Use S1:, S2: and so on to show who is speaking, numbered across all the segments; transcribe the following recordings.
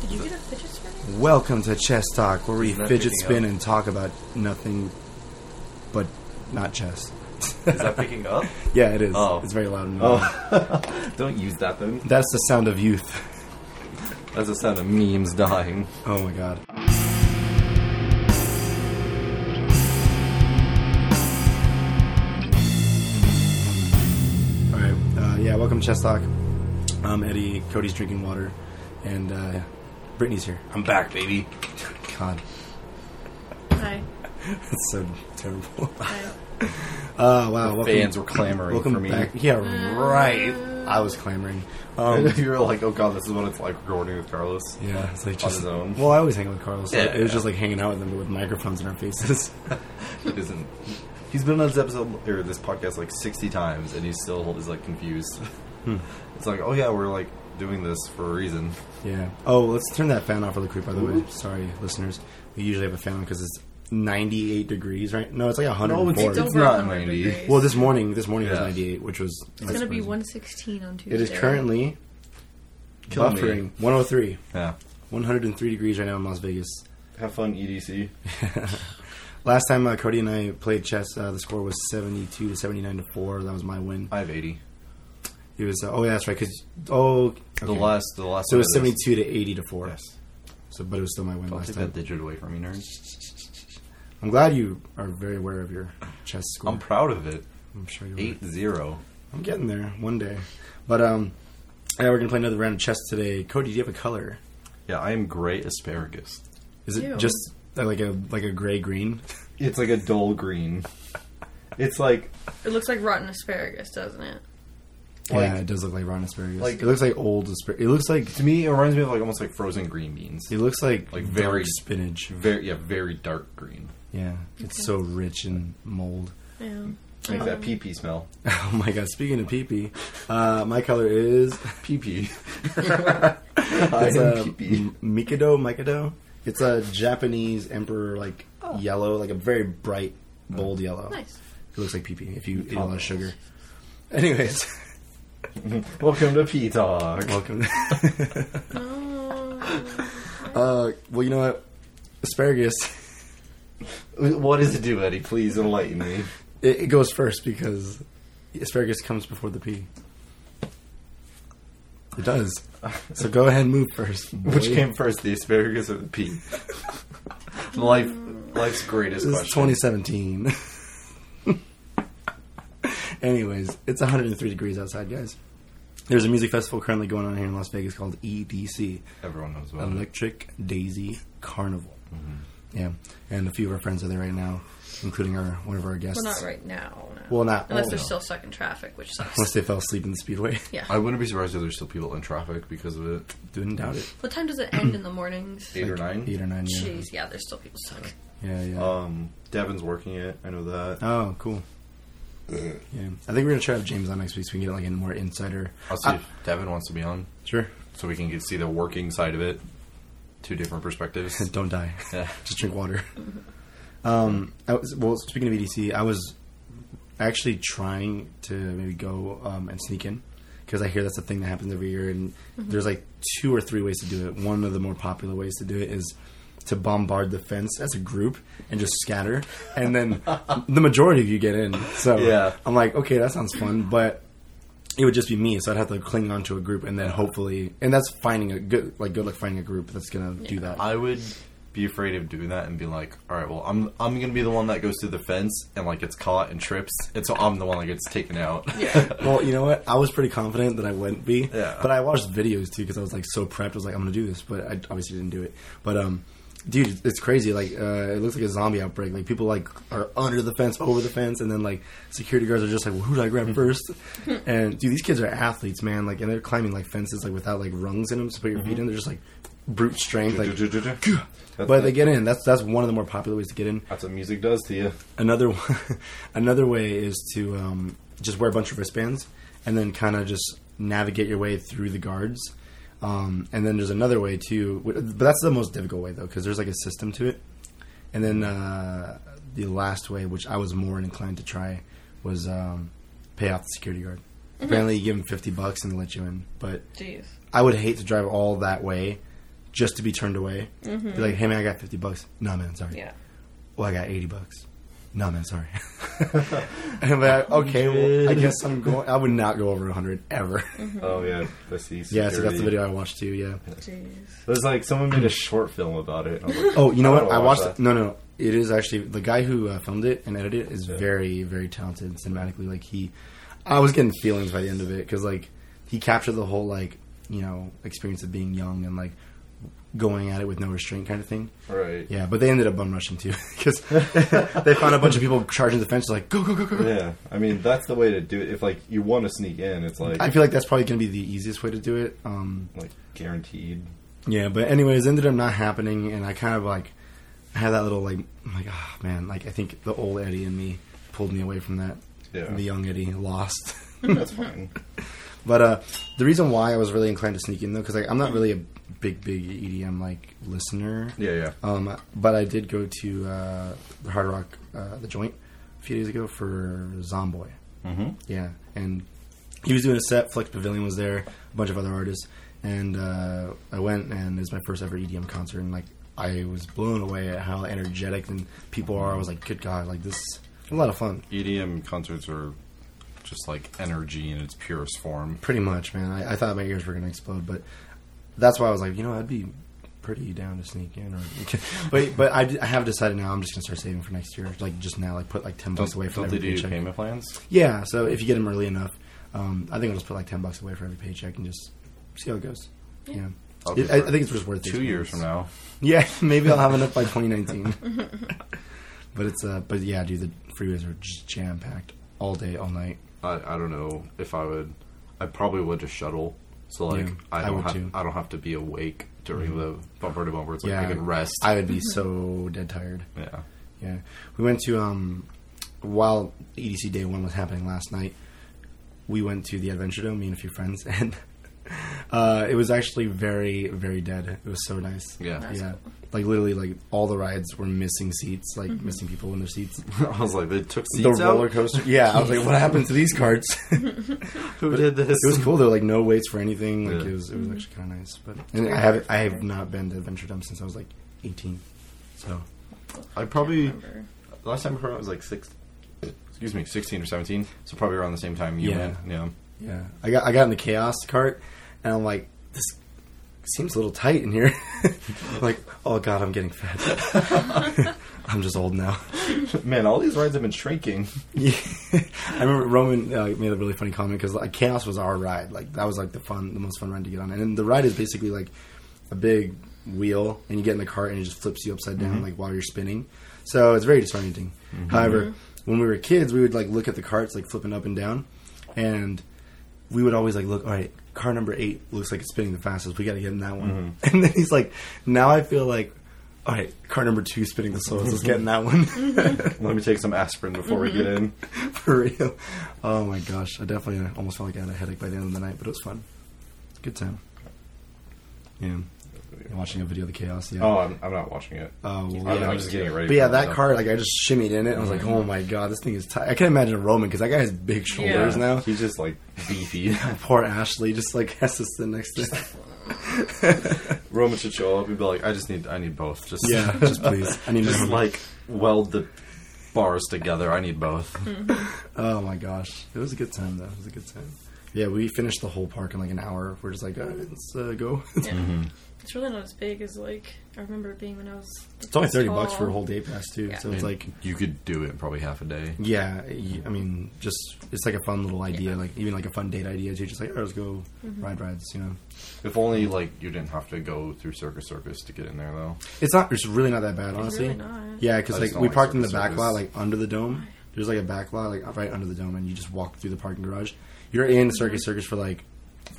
S1: Did you get a fidget spinner?
S2: Welcome to Chess Talk, where we
S3: He's not
S2: fidget
S3: picking
S2: spin
S3: up.
S2: and talk about nothing but not chess.
S3: Is that picking up?
S2: Yeah, it is.
S3: Oh.
S2: It's very loud. And annoying.
S3: Oh, don't use that thing.
S2: That's the sound of youth.
S3: That's the sound of memes dying.
S2: Oh my god. All right. Uh, yeah, welcome to Chess Talk. I'm Eddie. Cody's drinking water. And uh, Brittany's here. I'm back, baby. God,
S1: Hi.
S2: that's so terrible.
S1: Hi.
S2: Uh, wow. welcome,
S3: Fans were clamoring
S2: welcome
S3: for me.
S2: back. Yeah, right. I was clamoring. Um,
S3: you were like, oh god, this is what it's like recording with Carlos.
S2: yeah, it's like
S3: On
S2: just.
S3: his own.
S2: Well, I always hang out with Carlos. so
S3: Yeah,
S2: it was
S3: yeah.
S2: just like hanging out with him, but with microphones in our faces.
S3: It isn't. He's been on this episode or this podcast like sixty times, and he still is like confused.
S2: Hmm.
S3: It's like, oh yeah, we're like doing this for a reason.
S2: Yeah. Oh, let's turn that fan off really quick. By the way, sorry, listeners. We usually have a fan because it's 98 degrees, right? No, Oh, it's like 104.
S1: It's
S3: It's
S1: over
S3: not
S1: 100
S3: 90.
S1: degrees.
S2: well, this morning, this morning was
S3: Yeah.
S2: 98, which was.
S1: it's going to be 116 on Tuesday.
S2: It is currently
S3: Kill me.
S2: buffering 103,
S3: Yeah.
S2: 103 degrees right now in Las Vegas.
S3: Have fun,
S2: E
S3: EDC.
S2: Last time uh, Cody and I played chess, uh, the score was 72 to 79 to four. That was my win.
S3: I have eighty.
S2: It was. Uh, oh yeah, that's right. Cause oh,
S3: The
S2: okay.
S3: last, the last.
S2: So it was
S3: one of this-
S2: 72 to 80 to four.
S3: Yes.
S2: So, but it was still my win
S3: Don't
S2: last
S3: take
S2: time.
S3: that digit away from me, nerd.
S2: I'm glad you are very aware of your chess score.
S3: I'm proud of it.
S2: I'm sure you are.
S3: Eight zero.
S2: I'm getting there one day. But um, yeah, we're gonna play another round of chess today. Cody, do you have a color?
S3: Yeah, I am gray asparagus.
S2: Is it
S1: Ew.
S2: just uh, like a like a gray green?
S3: It's like a dull green. It's like
S1: It looks like rotten asparagus, doesn't it?
S2: yeah,
S3: Like-
S2: it does look like rotten asparagus.
S3: like-
S2: it looks like old asparagus. It looks like
S3: to me, it reminds me of like almost like frozen green beans.
S2: it looks like
S3: Like
S2: dark
S3: very-
S2: spinach.
S3: Very yeah, very dark green.
S2: Yeah, it's so rich in mold.
S1: Yeah. Um,
S3: Like that pee pee smell.
S2: Oh my god! Speaking of pee pee, uh, my color is
S3: Pee pee.
S2: it's
S3: I
S2: a
S3: am pee
S2: Mikado Mikado. It's a Japanese emperor like yellow, like a very bright, bold yellow.
S1: Nice.
S2: It looks like pee pee if you eat a lot of sugar. Anyways,
S3: Welcome to pee talk.
S2: welcome.
S1: No.
S2: uh, well, you know what? Asparagus,
S3: What does it do, Eddie? Please enlighten me.
S2: it, it goes first because asparagus comes before the pea. It does. So go ahead and move first.
S3: Which
S2: boy.
S3: came first, the asparagus or the pea? Life, life's greatest
S2: This is
S3: question.
S2: 2017. Anyways, it's 103 degrees outside, guys. There's a music festival currently going on here in Las Vegas called EDC,
S3: Everyone knows about it.
S2: Electric Daisy Carnival.
S3: Mm-hmm.
S2: Yeah, and a few of our friends are there right now, including our one of our guests.
S1: well, not right now. no.
S2: Well, not-
S1: Unless
S2: well,
S1: they're
S2: no.
S1: still stuck in traffic, which sucks.
S2: Unless they fell asleep in the speedway.
S1: yeah.
S3: I wouldn't be surprised if there's still people in traffic because of it.
S2: Didn't doubt it.
S1: what time does it end in the mornings?
S3: Eight or nine.
S2: Eight or nine. Yeah,
S1: Jeez, yeah, there's still people stuck.
S2: yeah. yeah.
S3: Um, Devin's working it. I know that.
S2: oh, cool. Yeah, I think we're gonna try to have James on next week so we can get like a more insider.
S3: I'll see
S2: I-
S3: if Devin wants to be on,
S2: Sure.
S3: so we can get, see the working side of it. Two different perspectives.
S2: Don't die.
S3: Yeah.
S2: Just drink water. Um, I was, well, speaking of EDC, I was actually trying to maybe go um, and sneak in because I hear that's a thing that happens every year, and there's like two or three ways to do it. One of the more popular ways to do it is to bombard the fence as a group and just scatter, and then the majority of you get in. So
S3: Yeah.
S2: I'm like, okay, that sounds fun, but it would just be me, so I'd have to cling onto a group, and then hopefully, and that's finding a good, like, good luck finding a group that's gonna do that.
S3: I would be afraid of doing that and be like, all right, well, I'm I'm gonna be the one that goes through the fence and like gets caught and trips, and so I'm the one that gets taken out.
S1: Yeah.
S2: Well, you know what? I was pretty confident that I wouldn't be.
S3: Yeah.
S2: But I watched videos too because I was like so prepped. I was like, I'm gonna do this, but I obviously didn't do it. But um, dude, it's crazy. Like, uh, it looks like a zombie outbreak. Like people like are under the fence, over the fence, and then like security guards are just like, well, who do I
S3: Hmm.
S2: grab first? and dude, these kids are athletes, man. Like, and they're climbing like fences like without like rungs in them to put your
S3: Mm-hmm.
S2: feet in. They're just like brute strength. Like,
S3: That's
S2: but
S3: what
S2: they get in. That's that's one of the more popular ways to get in.
S3: that's what music does to you.
S2: Another one- another way is to um, just wear a bunch of wristbands and then kind of just navigate your way through the guards. Um, and then there's another way too, wh- but that's the most difficult way though because there's like a system to it. And then uh, the last way, which I was more inclined to try, was um, pay off the security guard. Apparently, you give him fifty bucks and they let you in. But
S1: Jeez.
S2: I would hate to drive all that way just to be turned away. Be like, hey man, I got fifty bucks. No man, sorry.
S1: Yeah.
S2: Well, I got eighty bucks. No man, sorry. and I'm like, okay, well, I guess I'm going. I would not go over hundred ever.
S3: Oh yeah, I see.
S2: yeah, so that's
S3: security.
S2: the video I watched too. Yeah.
S1: Jeez.
S3: It was like someone made a short film about it. and I was like,
S2: Oh, you know
S3: I
S2: what?
S3: wanna
S2: I
S3: watch
S2: watched.
S3: that.
S2: It. No, no, it is actually the guy who uh, filmed it and edited it is
S3: Yeah.
S2: very, very talented cinematically. Like he, I was getting feelings by the end of it because like he captured the whole like you know experience of being young and like going at it with no restraint kind of thing.
S3: Right.
S2: Yeah, but they ended up bum rushing too because they found a bunch of people charging the fence like go go go go. go.
S3: Yeah. I mean, that's the way to do it. If like you want to sneak in, it's like
S2: I feel like that's probably going to be the easiest way to do it. Um,
S3: like guaranteed.
S2: Yeah, but anyways, ended up not happening, and I kind of like had that little like, I'm like, ah, man, like I think the old Eddie and me pulled me away from that.
S3: Yeah.
S2: The young Eddie lost.
S3: That's fine.
S2: but uh, the reason why I was really inclined to sneak in though, because like I'm not really a big, big EDM like listener.
S3: Yeah, yeah.
S2: Um, but I did go to uh, the Hard Rock, uh, the Joint, a few days ago for Zomboy.
S3: Mm-hmm.
S2: Yeah, and he was doing a set. Flex Pavilion was there, a bunch of other artists, and uh, I went, and it was my first ever EDM concert, and like I was blown away at how energetic and people are. I was like, good god, like this, is a lot of fun.
S3: EDM E concerts are just like energy in its purest form.
S2: Pretty much, man. I, I thought my ears were gonna explode, but that's why I was like, you know, I'd be pretty down to sneak in. Or, but but I, d- I have decided now I'm just gonna start saving for next year. Like just now, like put like ten bucks away from
S3: Don't they
S2: every
S3: do
S2: paycheck.
S3: payment plans?
S2: Yeah, so if you get them early enough, um, I think I'll just put like ten bucks away for every paycheck and just see how it goes. Yeah,
S3: I'll do
S2: It- I, I
S3: for
S2: think it's just worth it.
S3: Two years from now.
S2: Yeah, maybe I'll have enough by 2019. but it's uh, but yeah, dude, the freeways are just jam packed all day, all night.
S3: I, I don't know if I would. I probably would just shuttle. So like
S2: Yeah, I
S3: I don't
S2: would
S3: have
S2: too. Mm-hmm.
S3: I don't have to be awake during the bumper to bumper. It's like
S2: Yeah,
S3: I can rest.
S2: I would be so dead tired.
S3: yeah.
S2: Yeah, we went to um, while EDC Day One was happening last night. We went to the Adventure Dome, me and a few friends, and uh, it was actually very, very dead. It was so nice.
S3: Yeah.
S1: Nice.
S2: yeah. Like literally, like all the rides were missing seats, like missing people in their seats.
S3: I was like, they took seats
S2: the roller
S3: out?
S2: coaster. Yeah, I was like, what happened to these carts? it
S3: Who did this?
S2: was cool. There were like no waits for anything. Like
S3: Yeah.
S2: it was, it was actually kind of nice. But and I have I have not been to Adventure Dome since I was like eighteen. So
S3: I probably last time I heard it was like six. Excuse me, sixteen or seventeen. So probably around the same time you
S2: Yeah.
S3: went. Yeah.
S2: yeah, I got I got in the chaos cart, and I'm like, this seems a little tight in here. like, oh god, I'm getting fat. I'm just old now.
S3: Man, all these rides have been shrinking.
S2: Yeah. I remember Roman uh, made a really funny comment because like, Chaos was our ride. Like that was like the fun, the most fun ride to get on. And the ride is basically like a big wheel, and you get in the cart and it just flips you upside down like while you're spinning. So it's very disorienting. However, when we were kids, we would like look at the carts like flipping up and down, and we would always like look. All right, car number eight looks like it's spinning the fastest. We got to get in that one. And then he's like, now I feel like. All right, car number two spinning the slowest. Let's get in that one.
S3: Let me take some aspirin before we get
S1: Mm-hmm.
S3: in.
S2: For real. Oh my gosh. I definitely uh, almost felt like I had a headache by the end of the night, but it was fun. Good time. Yeah. You're watching a video of the chaos. Yeah.
S3: Oh, I'm, I'm not watching it.
S2: Oh, well,
S3: I'm,
S2: yeah.
S3: I'm just getting it ready.
S2: But yeah,
S3: for
S2: that
S3: myself.
S2: car, like I just shimmied in it. I was like, oh my god, this thing is tight. I can't imagine a Roman because that guy has big shoulders
S3: Yeah.
S2: now.
S3: He's just like beefy.
S2: Poor Ashley just like has to sit next to him.
S3: Roman should show up and be like, I just need, I need both. Just
S2: Yeah, just please. I need to
S3: just like weld the bars together. I need both.
S1: Mm-hmm.
S2: Oh my gosh, it was a good time though. It was a good time. Yeah, we finished the whole park in like an hour. We're just like, all right, let's uh, go.
S1: Yeah. It's really not as big as like I remember it being when I was.
S2: It's only thirty bucks
S1: tall.
S2: for a whole day pass too.
S1: Yeah.
S2: So it's like
S3: you could do it in probably half a day.
S2: Yeah, y- I mean, just it's like a fun little idea, like even like a fun date idea too. Just like, oh, let's go
S1: Mm-hmm.
S2: ride rides, you know.
S3: If only like you didn't have to go through Circus Circus to get in there though.
S2: It's not. It's really not that bad, honestly.
S1: really not.
S2: Yeah, because
S3: I just
S2: like
S3: don't
S2: we
S3: like
S2: parked in the
S3: circus
S2: back
S3: service.
S2: lot, like under the dome. There's like a back lot, like right under the dome, and you just walk through the parking garage. You're in Circus
S1: Mm-hmm.
S2: Circus for like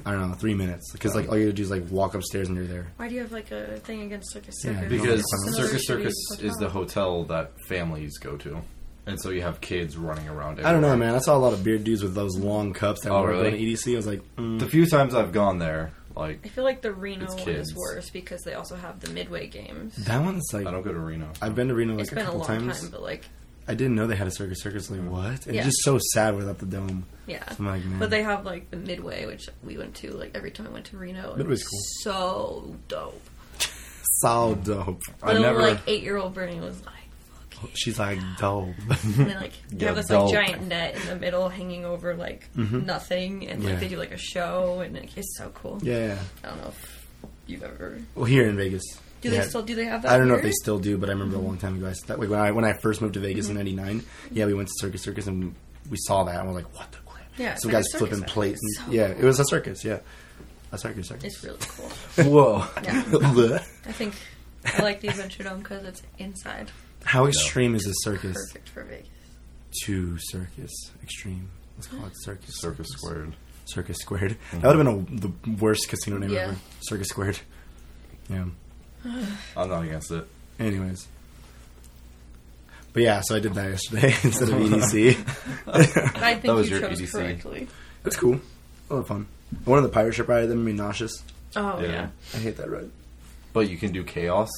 S2: I don't know three minutes because like all you gotta do is like walk upstairs and you're there.
S1: Why do you have like a thing against circus?
S2: Yeah,
S1: circus?
S3: Because
S1: It's another
S3: Circus
S1: shitty
S3: Circus is the
S1: hotel.
S3: hotel that families go to, and so you have kids running around.
S2: I don't know,
S3: everywhere.
S2: man. I saw a lot of beard dudes with those long cups that
S3: Oh,
S2: were on
S3: really?
S2: EDC. I was like, mm.
S3: The few times I've gone there, like
S1: I feel like the Reno
S3: It's
S1: one
S3: kids.
S1: is worse because they also have the Midway games.
S2: that one's like.
S3: I don't go to Reno.
S2: I've been to Reno like
S1: it's
S2: a
S1: been a
S2: couple
S1: long
S2: times.
S1: time, but like,
S2: I didn't know they had a Circus Circus. Like what? And
S1: Yeah.
S2: It's just so sad without the dome.
S1: yeah.
S2: I'm like, man.
S1: But they have like the Midway, which we went to like every time I went to Reno. and
S2: Midway's
S1: it's So dope.
S2: so dope.
S1: But
S2: I never.
S1: like eight year old Brittany was like, "Fuck you."
S2: she's like dope.
S1: And they like they
S3: Yeah,
S1: have this
S3: dope.
S1: like giant net in the middle hanging over like nothing, and like
S2: Mm-hmm. Yeah.
S1: they do like a show, and like, it's so cool.
S2: yeah.
S1: I don't know if you've ever.
S2: Well, here in Vegas.
S1: Do
S2: Yeah.
S1: they still do they have that?
S2: I don't know if
S1: here?
S2: they still do, but I remember a long time ago. I s- that way when I when I first moved to Vegas
S1: Mm-hmm.
S2: in '99, yeah, we went to Circus Circus and we saw that and we're like, what the crap?
S1: Yeah, it's
S2: some
S1: like a
S2: guys
S1: circus
S2: flipping
S1: act.
S2: plates.
S1: So
S2: And, yeah, it was a circus. Yeah, a circus circus.
S1: It's really cool.
S2: Whoa!
S1: Yeah. I think I like the Adventure Dome because it's inside.
S2: How extreme is this circus?
S1: Perfect for Vegas.
S2: Two circus extreme. Let's call it circus.
S3: Circus squared.
S2: Circus squared. That would have been a, the worst casino name
S1: Yeah.
S2: ever. Circus squared. Yeah.
S3: I'm not against it.
S2: Anyways. But yeah, so I did that yesterday instead of E EDC.
S1: But I think
S3: That was
S1: you
S3: your
S1: chose
S3: EDC.
S1: correctly.
S2: That's cool. A lot of fun. I wanted the pirate ship ride. That made me nauseous.
S1: Oh
S3: Yeah.
S1: yeah.
S2: I hate that ride.
S3: But you can do chaos.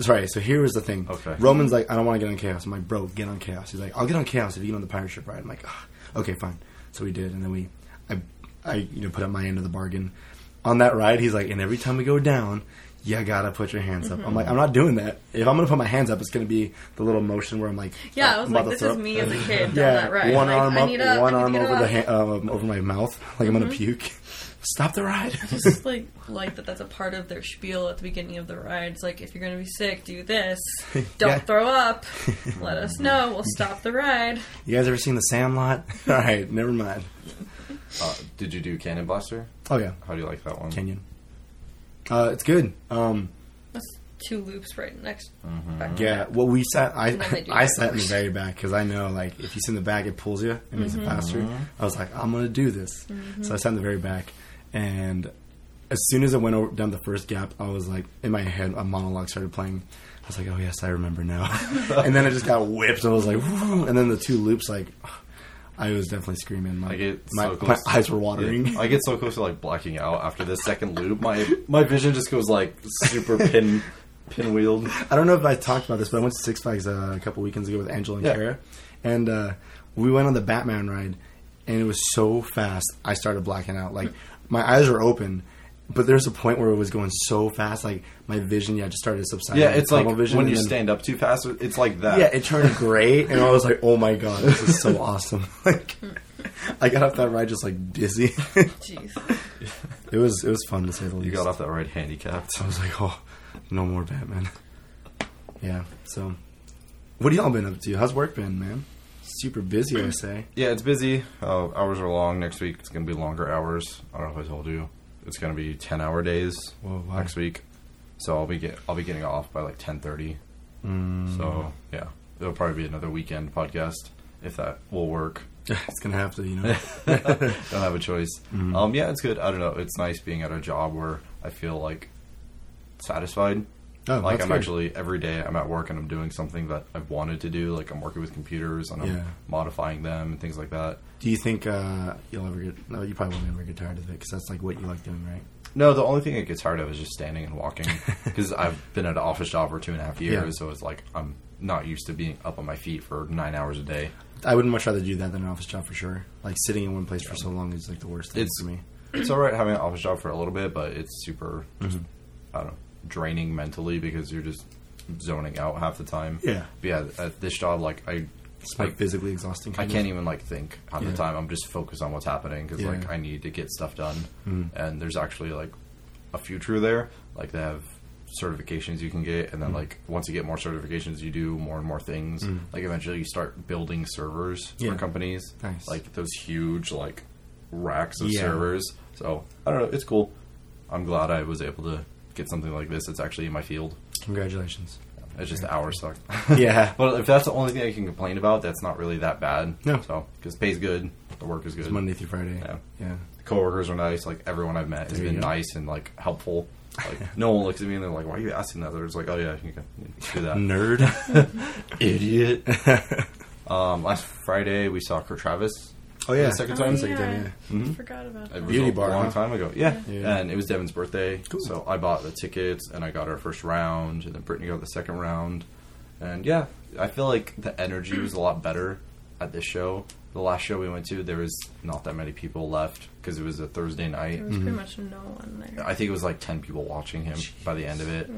S2: Sorry. So here was the thing.
S3: Okay.
S2: Roman's like, I don't want to get on chaos. I'm like, bro, get on chaos. He's like, I'll get on chaos if you get on the pirate ship ride. I'm like, ah, okay, fine. So we did, and then we, I, I, you know, put up my end of the bargain. On that ride, he's like, and every time we go down, you gotta put your hands up. I'm like, I'm not doing that. If I'm gonna put my hands up, it's gonna be the little motion where I'm like,
S1: Yeah,
S2: uh,
S1: I was
S2: I'm
S1: like,
S2: about to
S1: this
S2: throw
S1: is
S2: up.
S1: me as a kid. down
S2: Yeah,
S1: that ride.
S2: one
S1: Like,
S2: arm
S1: I
S2: up,
S1: need up,
S2: one
S1: I need to
S2: arm
S1: get
S2: over
S1: up. Mm-hmm.
S2: the ha- um, over my mouth, like I'm gonna puke. Stop the ride.
S1: I just like like that that's a part of their spiel at the beginning of the ride. It's like if you're gonna be sick, do this. Don't
S2: Yeah.
S1: throw up. Let us know. We'll stop the ride.
S2: You guys ever seen The Sandlot? All right, never mind.
S3: Uh, did you do Cannon Blaster?
S2: Oh yeah,
S3: How do you like that one?
S2: Kenyon. Uh, it's good. Um,
S1: That's two loops right next.
S3: Mm-hmm.
S1: back to
S2: yeah.
S1: back.
S2: Well, we sat. I
S1: And then they do
S2: I
S1: that.
S2: sat in the very back because I know like if you sit in the back, it pulls you and makes
S1: Mm-hmm.
S2: it faster. I was like, I'm gonna do this. So I sat in the very back, and as soon as I went over, down the first gap, I was like, in my head, a monologue started playing. I was like, oh yes, I remember now. and then I just got whipped. I was like, "Woo," and then the two loops, like, I was definitely screaming. My
S3: I get
S2: my,
S3: so
S2: my
S3: close.
S2: eyes were watering.
S3: Yeah, I get so close to like blacking out after the second loop. My my vision just goes like super pin pinwheeled.
S2: I don't know if I talked about this, but I went to Six Flags uh, a couple weekends ago with Angela and
S3: Yeah.
S2: Kara, and uh, we went on the Batman ride, and it was so fast. I started blacking out. Like my eyes were open, but there's a point where it was going so fast, like my vision, yeah, just started subsiding.
S3: Yeah, it's like
S2: tunnel vision,
S3: when
S2: and
S3: you
S2: then-
S3: stand up too fast. It's like that.
S2: Yeah, it turned gray, and I was like, "Oh my god, this is so awesome!" Like, I got off that ride just like dizzy.
S1: Jeez.
S2: it was it was fun to say the least.
S3: you got off that ride handicapped.
S2: I was like, oh, no more Batman. Yeah, so. What have y'all been up to? How's work been, man? Super busy, I say.
S3: Yeah, it's busy. Uh, hours are long. Next week it's gonna be longer hours. I don't know if I told you. It's gonna be ten hour days
S2: Whoa, wow.
S3: next week. So I'll be get I'll be getting off by like ten thirty.
S2: Mm.
S3: So yeah, it'll probably be another weekend podcast if that will work.
S2: It's gonna have to, you know.
S3: don't have a choice.
S2: Mm-hmm.
S3: Um, yeah, it's good. I don't know. It's nice being at a job where I feel like satisfied.
S2: Oh,
S3: like
S2: that's
S3: I'm
S2: good.
S3: actually every day I'm at work and I'm doing something that I've wanted to do. Like I'm working with computers and I'm
S2: Yeah.
S3: modifying them and things like that.
S2: Do you think uh, you'll ever get? No, you probably won't ever get tired of it because that's like what you like doing, right?
S3: No, the only thing I get tired of is just standing and walking because I've been at an office job for two and a half years,
S2: Yeah.
S3: so it's like I'm not used to being up on my feet for nine hours a day.
S2: I would much rather do that than an office job for sure. Like sitting in one place for so long is like the worst thing
S3: It's-
S2: for me.
S3: It's all right having an office job for a little bit, but it's super, just,
S2: Mm-hmm.
S3: I don't know, draining mentally because you're just zoning out half the time.
S2: Yeah.
S3: But yeah, at this job, like I,
S2: It's
S3: I,
S2: like physically exhausting.
S3: I
S2: kind of.
S3: can't even like think half
S2: Yeah.
S3: the time. I'm just focused on what's happening because
S2: Yeah. Hmm.
S3: like I need to get stuff done, and there's actually like a future there. Like they have certifications you can get, and then
S2: Hmm.
S3: like once you get more certifications, you do more and more things. Like eventually, you start building servers
S2: Yeah.
S3: for companies.
S2: Nice.
S3: Like those huge like racks of
S2: Yeah.
S3: servers. So I don't know. It's cool. I'm glad I was able to get something like this. It's actually in my field.
S2: Congratulations.
S3: It's just the hours suck.
S2: Yeah.
S3: Well, if that's the only thing I can complain about, that's not really that bad.
S2: No.
S3: So, because pay's good, the work is good.
S2: It's Monday through Friday.
S3: Yeah.
S2: Yeah.
S3: The coworkers are nice. Like everyone I've met has
S2: There you
S3: been
S2: go.
S3: nice and like helpful. Like no one looks at me and they're like, "Why are you asking that?" They're just like, "Oh yeah, you can do that."
S2: Nerd.
S3: Idiot. um, last Friday we saw Kurt Travis.
S2: oh yeah.
S3: The second
S1: Oh,
S3: time.
S1: yeah.
S2: yeah.
S3: Mm-hmm.
S1: I forgot about
S3: It
S1: that.
S3: was
S2: Beauty
S3: a
S2: bar,
S3: long
S2: huh?
S3: time ago. Yeah.
S2: Yeah.
S3: and it was Devin's birthday,
S2: Cool.
S3: so I bought the tickets and I got our first round, and then Brittany got the second round, and yeah, I feel like the energy was a lot better at this show. The last show we went to, there was not that many people left because it was a Thursday night.
S2: Mm-hmm.
S1: There was pretty much no one there.
S3: I think it was like ten people watching him by the end of it.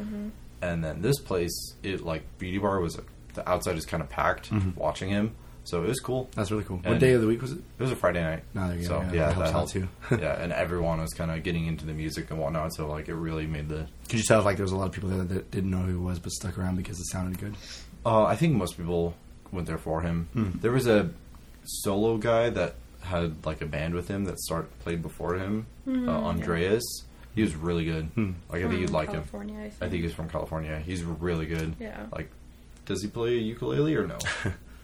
S3: And then this place, it like beauty bar was the outside is kind of packed
S2: Mm-hmm.
S3: watching him, so it was cool.
S2: That's really cool. what
S3: And-
S2: day of the week was it?
S3: It was a Friday night.
S2: No, there you
S3: so
S2: go. Yeah,
S3: yeah,
S2: that
S3: that
S2: helps
S3: helped
S2: out, too.
S3: yeah, and everyone was kind of getting into the music and whatnot, so like it really made the.
S2: Could you tell like there was a lot of people there that didn't know who it was but stuck around because it sounded good?
S3: Uh, I think most people went there for him. There was a solo guy that had like a band with him that start played before him, uh, Andreas. He was really good. Like I think you'd
S1: Hmm, From
S3: like him.
S1: Um, California, I think.
S3: I think he's from California. He's really good.
S1: Yeah.
S3: Like, does he play ukulele or no?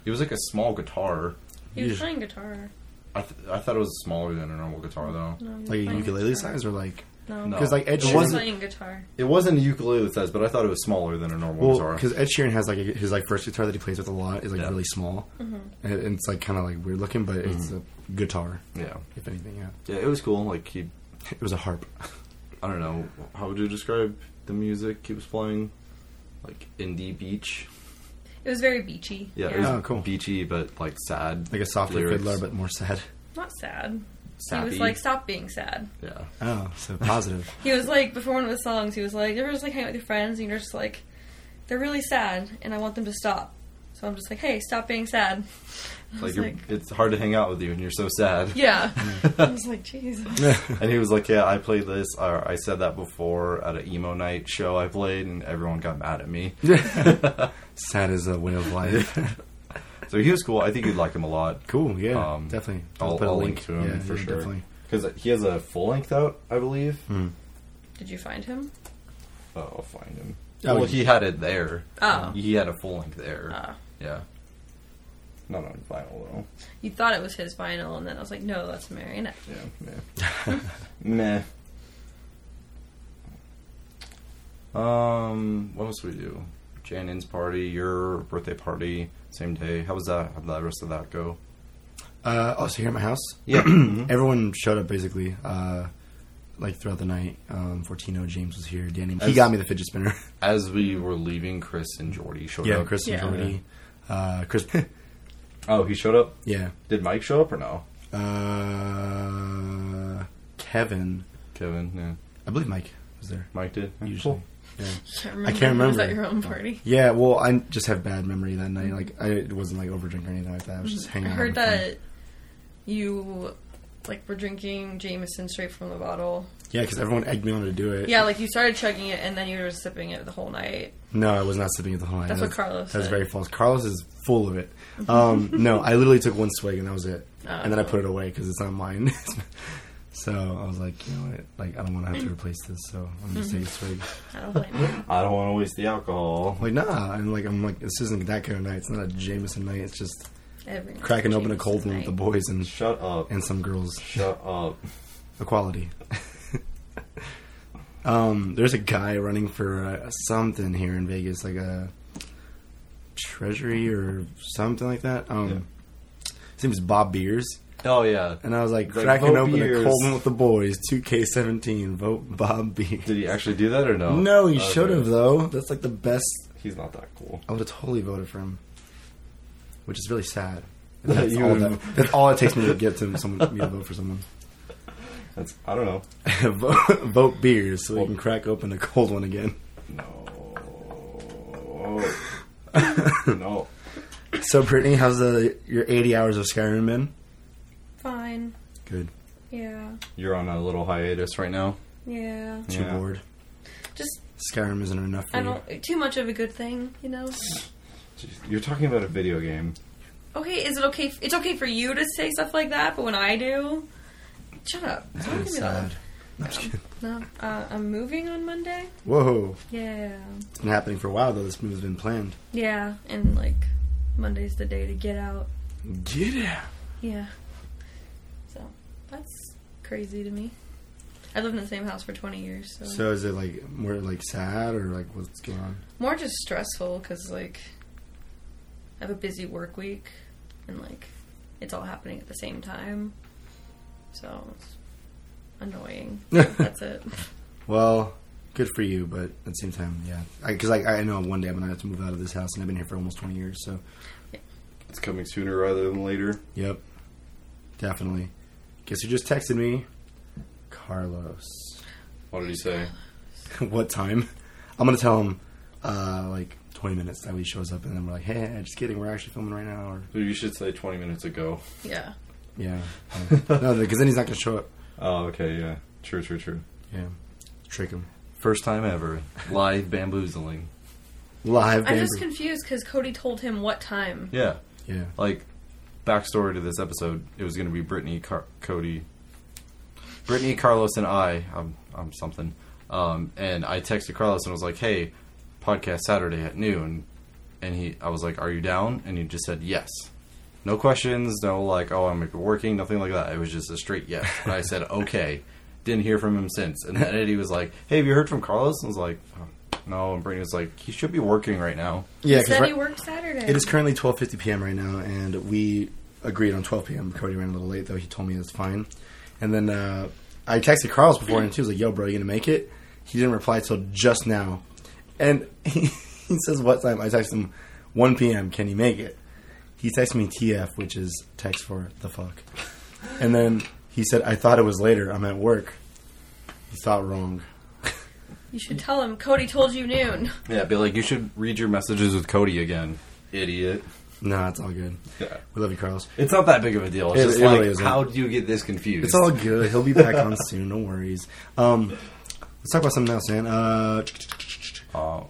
S3: he was like a small guitar.
S1: he was
S2: Yeah.
S1: playing guitar.
S3: I, th- I thought it was smaller than a normal guitar though.
S1: No, he was
S2: Like a
S1: playing
S2: ukulele
S1: guitar.
S2: size or like
S1: No,
S3: No.
S2: because like Ed
S1: He
S3: It
S1: was
S2: Sheeran.
S1: playing guitar.
S3: It wasn't a ukulele size, but I thought it was smaller than a normal
S2: Well,
S3: guitar.
S2: because Ed Sheeran has like a, his like first guitar that he plays with a lot is like
S3: Yeah.
S2: really small, and, and it's like kind of like weird looking, but it's a
S3: Mm-hmm.
S2: guitar,
S3: Yeah.
S2: if anything. Yeah,
S3: Yeah, it was cool. Like he,
S2: it was a harp.
S3: I don't know. How would you describe the music he was playing? Like indie beach.
S1: It was very beachy.
S3: Yeah, it was
S2: Oh, cool.
S3: beachy but like sad.
S2: like a softer
S3: lyrics.
S2: fiddler, but more sad.
S1: not sad. He
S3: Sappy.
S1: was like, stop being sad.
S3: yeah.
S2: Oh, so positive.
S1: He was like, before one of the songs, he was like, you're just like hanging out with your friends, and you're just like, they're really sad, and I want them to stop. So I'm just like, hey, stop being sad. I
S3: Like,
S1: was
S3: you're,
S1: like,
S3: it's hard to hang out with you and you're so sad.
S1: yeah. I was like, Jesus.
S3: And he was like, "Yeah, I played this. Or I said that before at an emo night show I played, and everyone got mad at me."
S2: sad is a way of life.
S3: So he was cool. I think you'd like him a lot.
S2: cool. Yeah,
S3: Um,
S2: definitely.
S3: I'll, I'll link. to him for sure. Because he has a full length out, I believe.
S2: Hmm.
S1: Did you find him?
S3: Oh, I'll find him.
S2: Oh,
S3: well, he had it there.
S1: Oh.
S3: He had a full length there.
S1: Ah.
S3: Yeah. Not on vinyl though.
S1: You thought it was his vinyl, and then I was like, no, that's a marionette.
S3: Yeah. Meh. Meh. Um. What else do we do? Janen's party, your birthday party, same day. How was that? How did the rest of that go?
S2: Uh, oh, so here at my house,
S3: Yeah. Mhm.
S2: everyone showed up basically, uh, like throughout the night. Um, Fortino, James was here. Danny, he
S3: As-
S2: got me the fidget spinner.
S3: As we were leaving, Chris and Jordy showed
S2: yeah,
S3: up.
S2: Chris and
S1: Yeah.
S2: Jordy. Uh, Chris,
S3: Oh, he showed up.
S2: yeah.
S3: Did Mike show up or no?
S2: Uh, Kevin,
S3: Kevin. Yeah.
S2: I believe Mike was there.
S3: Mike did. Yeah,
S2: Usually,
S3: cool.
S2: yeah.
S1: Can't
S2: I can't
S1: Was
S2: remember.
S1: at your own party?
S2: Yeah, well, I just have bad memory that night. Like, I it wasn't like overdrink or anything like that. I was just
S1: I
S2: hanging. out
S1: heard
S2: with them.
S1: that you, like, were drinking Jameson straight from the bottle.
S2: Yeah, because everyone egged me on to do it.
S1: Yeah, like, you started chugging it, and then you were sipping it the whole night.
S2: No, I was not sipping it the whole night.
S1: That's
S2: That
S1: what
S2: was-
S1: Carlos
S2: That was
S1: said.
S2: very false. Carlos is full of it. Um, no, I literally took one swig and that was it, and then I
S1: Oh.
S2: put it away because it's not mine. so I was like, you know what? Like, I don't want to have to replace this, so I'm just take a
S1: Mm-hmm.
S2: swig.
S1: I don't blame you.
S3: I don't want to waste the alcohol.
S2: Like, nah, and like, I'm like, this isn't that kind of night. It's not a Jameson night. It's just
S1: Every night
S2: cracking
S1: was
S2: open a
S1: Jameson
S2: cold one with
S1: night.
S2: the boys and
S3: Shut up.
S2: and some girls.
S3: Shut up.
S2: equality. um, there's a guy running for uh, something here in Vegas, like a treasury or something like that. Um, His name is Bob Beers,
S3: Oh yeah.
S2: and I was like,
S3: Like,
S2: cracking
S3: vote
S2: open a
S3: Beers.
S2: cold one with the boys. 2K17, vote Bob Beers.
S3: Did he actually do that or no?
S2: No, he
S3: Oh, Okay.
S2: should have though. That's like the best.
S3: He's not that cool.
S2: I would have totally voted for him, which is really sad. That's,
S3: You
S2: all
S3: would-
S2: that, that's all it takes me to get to someone me to vote for someone.
S3: That's I don't know.
S2: vote, vote beers so we can crack open a cold one again.
S3: No. no.
S2: So, Brittany, how's the your 80 hours of Skyrim been?
S1: Fine.
S2: Good.
S1: Yeah.
S3: You're on a little hiatus right now.
S1: Yeah.
S2: Too
S3: Yeah.
S2: bored.
S1: Just,
S2: Skyrim isn't enough for
S1: I
S2: you.
S1: don't, too much of a good thing, you know?
S3: Jeez, You're talking about a video game.
S1: Okay, is it okay? F- it's okay for you to say stuff like that, but when I do, shut up. Don't
S2: Really
S1: give me that.
S2: sad. No, I'm just kidding.
S1: No, uh, I'm moving on Monday.
S2: Whoa,
S1: Yeah,
S2: it's been happening for a while though. This move has been planned.
S1: yeah, and like Monday's the day to get out.
S2: Get out.
S1: Yeah, so that's crazy to me. I lived in the same house for 20 years, so,
S2: So, is it like more like sad or like what's going on?
S1: more just stressful because like I have a busy work week, and like it's all happening at the same time, so it's annoying. that's it.
S2: Well, good for you, but at the same time, yeah, because like I know one day I'm gonna have to move out of this house, and I've been here for almost 20 years. So,
S3: It's coming sooner rather than later.
S2: yep, definitely. Guess who just texted me? Carlos.
S3: What did he say?
S2: what time? I'm gonna tell him uh, like 20 minutes that we shows up and then we're like, hey, just kidding, we're actually filming right now. Or,
S3: You should say 20 minutes ago.
S1: Yeah.
S2: yeah. Uh, no, because then he's not going to show up.
S3: Oh, okay, yeah. True, true, true.
S2: Yeah. Trick him.
S3: First time ever. Live bamboozling.
S2: Live.
S1: I'm just
S2: Bamber-
S1: confused because Cody told him what time.
S3: Yeah.
S2: yeah.
S3: Like, backstory to this episode, it was going to be Brittany, Car- Cody, Brittany, Carlos, and I. I'm, I'm something. Um, and I texted Carlos and was like, hey, podcast Saturday at noon. And he, I was like, are you down? And he just said yes. No questions, no like, oh, I'm working, nothing like that. It was just a straight yes. And I said, okay. Didn't hear from him since. And then Eddie was like, hey, have you heard from Carlos? And I was like, oh, no. And Brittany was like, he should be working right now.
S2: Yeah,
S1: He
S2: 'cause
S1: said
S2: right-
S1: he worked Saturday.
S2: It is currently 12:50 p.m. right now, and we agreed on 12 p.m. Cody ran a little late, though. He told me it's fine. And then uh, I texted Carlos before, and he was like, "Yo, bro, you gonna make it?" He didn't reply till just now, and he, he says, "What time?" I texted him 1 p.m. Can he make it? He texted me TF, which is text for the fuck. And then he said, "I thought it was later. I'm at work." He thought wrong.
S1: You should tell him Cody told you noon.
S3: Yeah, be like, you should read your messages with Cody again, idiot.
S2: No, it's all good.
S3: Yeah.
S2: We love you, Carlos.
S3: It's not that big of a deal. It's
S2: It-
S3: just
S2: it
S3: like,
S2: really isn't.
S3: how do you get this confused?
S2: It's all good. He'll be back on soon. No worries. Um, let's talk about something else, man. Uh,
S3: Uh,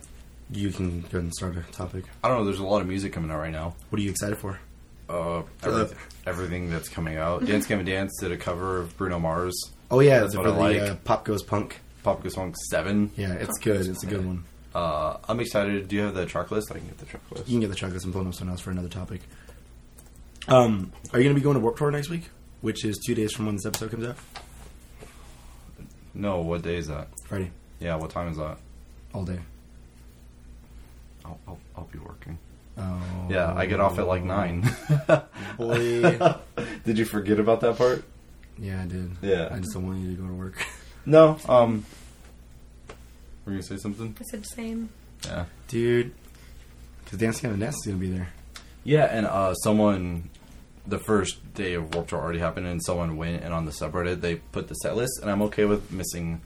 S2: you can go ahead and start a topic.
S3: I don't know. There's a lot of music coming out right now.
S2: What are you excited for?
S3: Uh,
S2: Uh,
S3: every, everything that's coming
S2: Mm-hmm.
S3: out. Dance Gavin Dance did a cover of Bruno Mars.
S2: Oh yeah,
S3: That's
S2: it's
S3: what
S2: for
S3: I
S2: the
S3: like.
S2: uh, Pop Goes Punk.
S3: Pop Goes Funk Seven.
S2: Yeah, it's good. It's a good one.
S3: Uh, I'm excited. Do you have the track list? I can get the track list.
S2: You can get the chocolates and pull up something else for another topic. Um, are you going to be going to Warped Tour next week? Which is two days from when this episode comes out.
S3: No, what day is that?
S2: Friday,
S3: Yeah, what time is that?
S2: all day.
S3: I'll, I'll, I'll be working.
S2: Oh,
S3: Yeah, I get off at like nine.
S2: Boy.
S3: did you forget about that part?
S2: yeah, I did.
S3: Yeah.
S2: I just don't want you to go to work.
S3: No. Um, were you gonna say something?
S1: I said same.
S3: Yeah.
S2: Dude. Because Dance Gavin Ness is going to be there.
S3: Yeah, and uh, someone, the first day of Warped Tour already happened, and someone went and on the subreddit they put the set list, and I'm okay with missing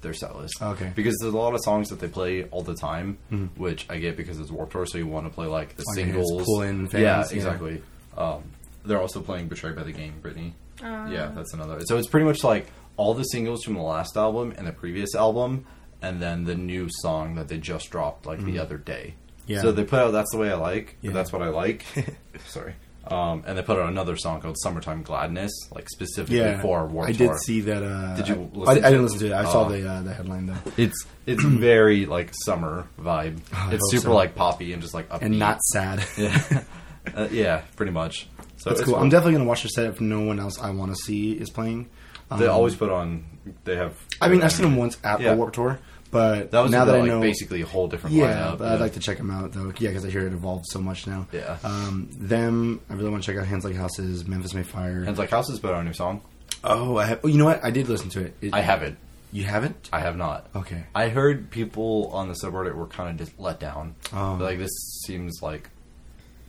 S3: their set list.
S2: Okay.
S3: Because there's a lot of songs that they play all the time,
S2: Mhm.
S3: which I get because it's Warped Tour, so you want to play like the
S2: Like, it's
S3: singles.
S2: pull-in fans,
S3: yeah,
S2: yeah.
S3: exactly. Um, they're also playing Betrayed by the Game, Brittany.
S1: Uh,
S3: yeah, that's another. So it's pretty much like all the singles from the last album and the previous album, and then the new song that they just dropped like the other day.
S2: Mm-hmm. Yeah.
S3: So they put out "That's the Way I Like."
S2: Yeah.
S3: That's what I like. Sorry. Um, and they put out another song called "Summertime Gladness," like specifically for Warped
S2: I did
S3: Tour.
S2: see that. Uh,
S3: Did you
S2: I, I
S3: listen to
S2: didn't
S3: it?
S2: listen to it. I saw
S3: Oh.
S2: the uh, the headline though,
S3: It's it's very like summer vibe.
S2: Oh, I
S3: it's
S2: hope
S3: super
S2: so.
S3: like poppy and just like upbeat.
S2: and not sad.
S3: yeah, Uh, yeah, pretty much. So
S2: That's
S3: it's
S2: cool. I'm definitely gonna watch the set if no one else I want to see is playing. Um,
S3: They always put on. They have.
S2: I mean, I've seen them once at
S3: Yeah.
S2: the Warp Tour, but
S3: That was
S2: now
S3: the,
S2: that
S3: like,
S2: I know,
S3: basically a whole different
S2: yeah,
S3: lineup.
S2: but I'd like to check them out though. Yeah, because I hear it evolved so much now.
S3: Yeah.
S2: Um, them, I really want to check out Hands Like Houses, Memphis May Fire.
S3: Hands Like Houses put out a new song.
S2: oh, I have, oh, you know what? I did listen to it. It-
S3: I haven't.
S2: You haven't?
S3: I have not.
S2: Okay.
S3: I heard people on the subreddit were kind of just let down.
S2: Oh.
S3: Like this seems like